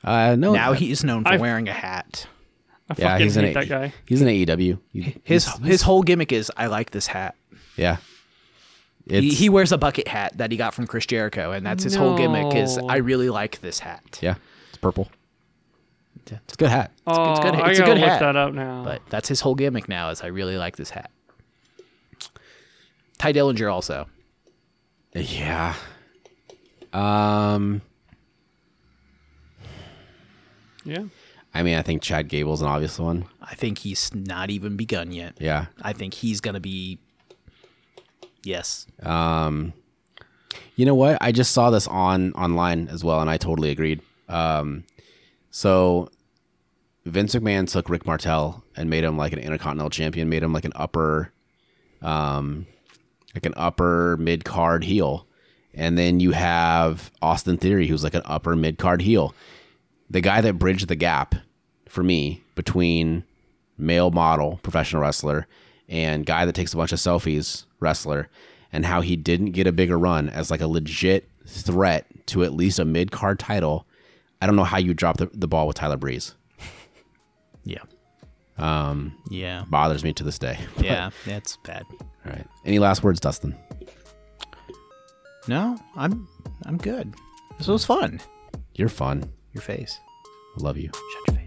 Speaker 1: Uh, no.
Speaker 3: Now
Speaker 1: uh,
Speaker 3: he's known for
Speaker 2: I've-
Speaker 3: wearing a hat.
Speaker 2: I
Speaker 1: yeah,
Speaker 2: fucking
Speaker 1: he's
Speaker 2: hate
Speaker 1: in
Speaker 2: that
Speaker 1: a, E
Speaker 2: guy.
Speaker 1: He's in AEW. He-
Speaker 3: His
Speaker 1: he's-
Speaker 3: his whole gimmick is I like this hat.
Speaker 1: yeah.
Speaker 3: He,
Speaker 1: It's-
Speaker 3: he wears a bucket hat that he got from Chris Jericho, and that's his whole gimmick is
Speaker 2: No.
Speaker 3: I really like this hat.
Speaker 1: yeah. It's purple. It's a good hat.
Speaker 2: Oh,
Speaker 3: it's good-
Speaker 2: I
Speaker 3: it's a
Speaker 2: gotta
Speaker 3: good
Speaker 2: look
Speaker 3: hat,
Speaker 2: that up now.
Speaker 3: But that's his whole gimmick now is I really like this hat. Ty Dillinger also.
Speaker 1: Yeah. Um.
Speaker 2: yeah,
Speaker 1: I mean, I think Chad Gable's an obvious one.
Speaker 3: I think he's not even begun yet.
Speaker 1: Yeah.
Speaker 3: I think he's gonna be. Yes,
Speaker 1: You know what? I just saw this on online as well, and I totally agreed. Um, so Vince McMahon took Rick Martel and made him like an Intercontinental Champion, made him like an upper, um, like an upper mid card heel, and then you have Austin Theory, who's like an upper mid card heel. The guy that bridged the gap for me between male model professional wrestler and guy that takes a bunch of selfies wrestler and how he didn't get a bigger run as like a legit threat to at least a mid card title. I don't know how you drop the, the ball with Tyler Breeze.
Speaker 3: yeah, um, yeah,
Speaker 1: Bothers me to this day.
Speaker 3: yeah. That's bad.
Speaker 1: All right. Any last words, Dustin?
Speaker 3: No, I'm I'm good. This was fun.
Speaker 1: You're fun.
Speaker 3: Your face.
Speaker 1: Love you.
Speaker 3: Shut your face.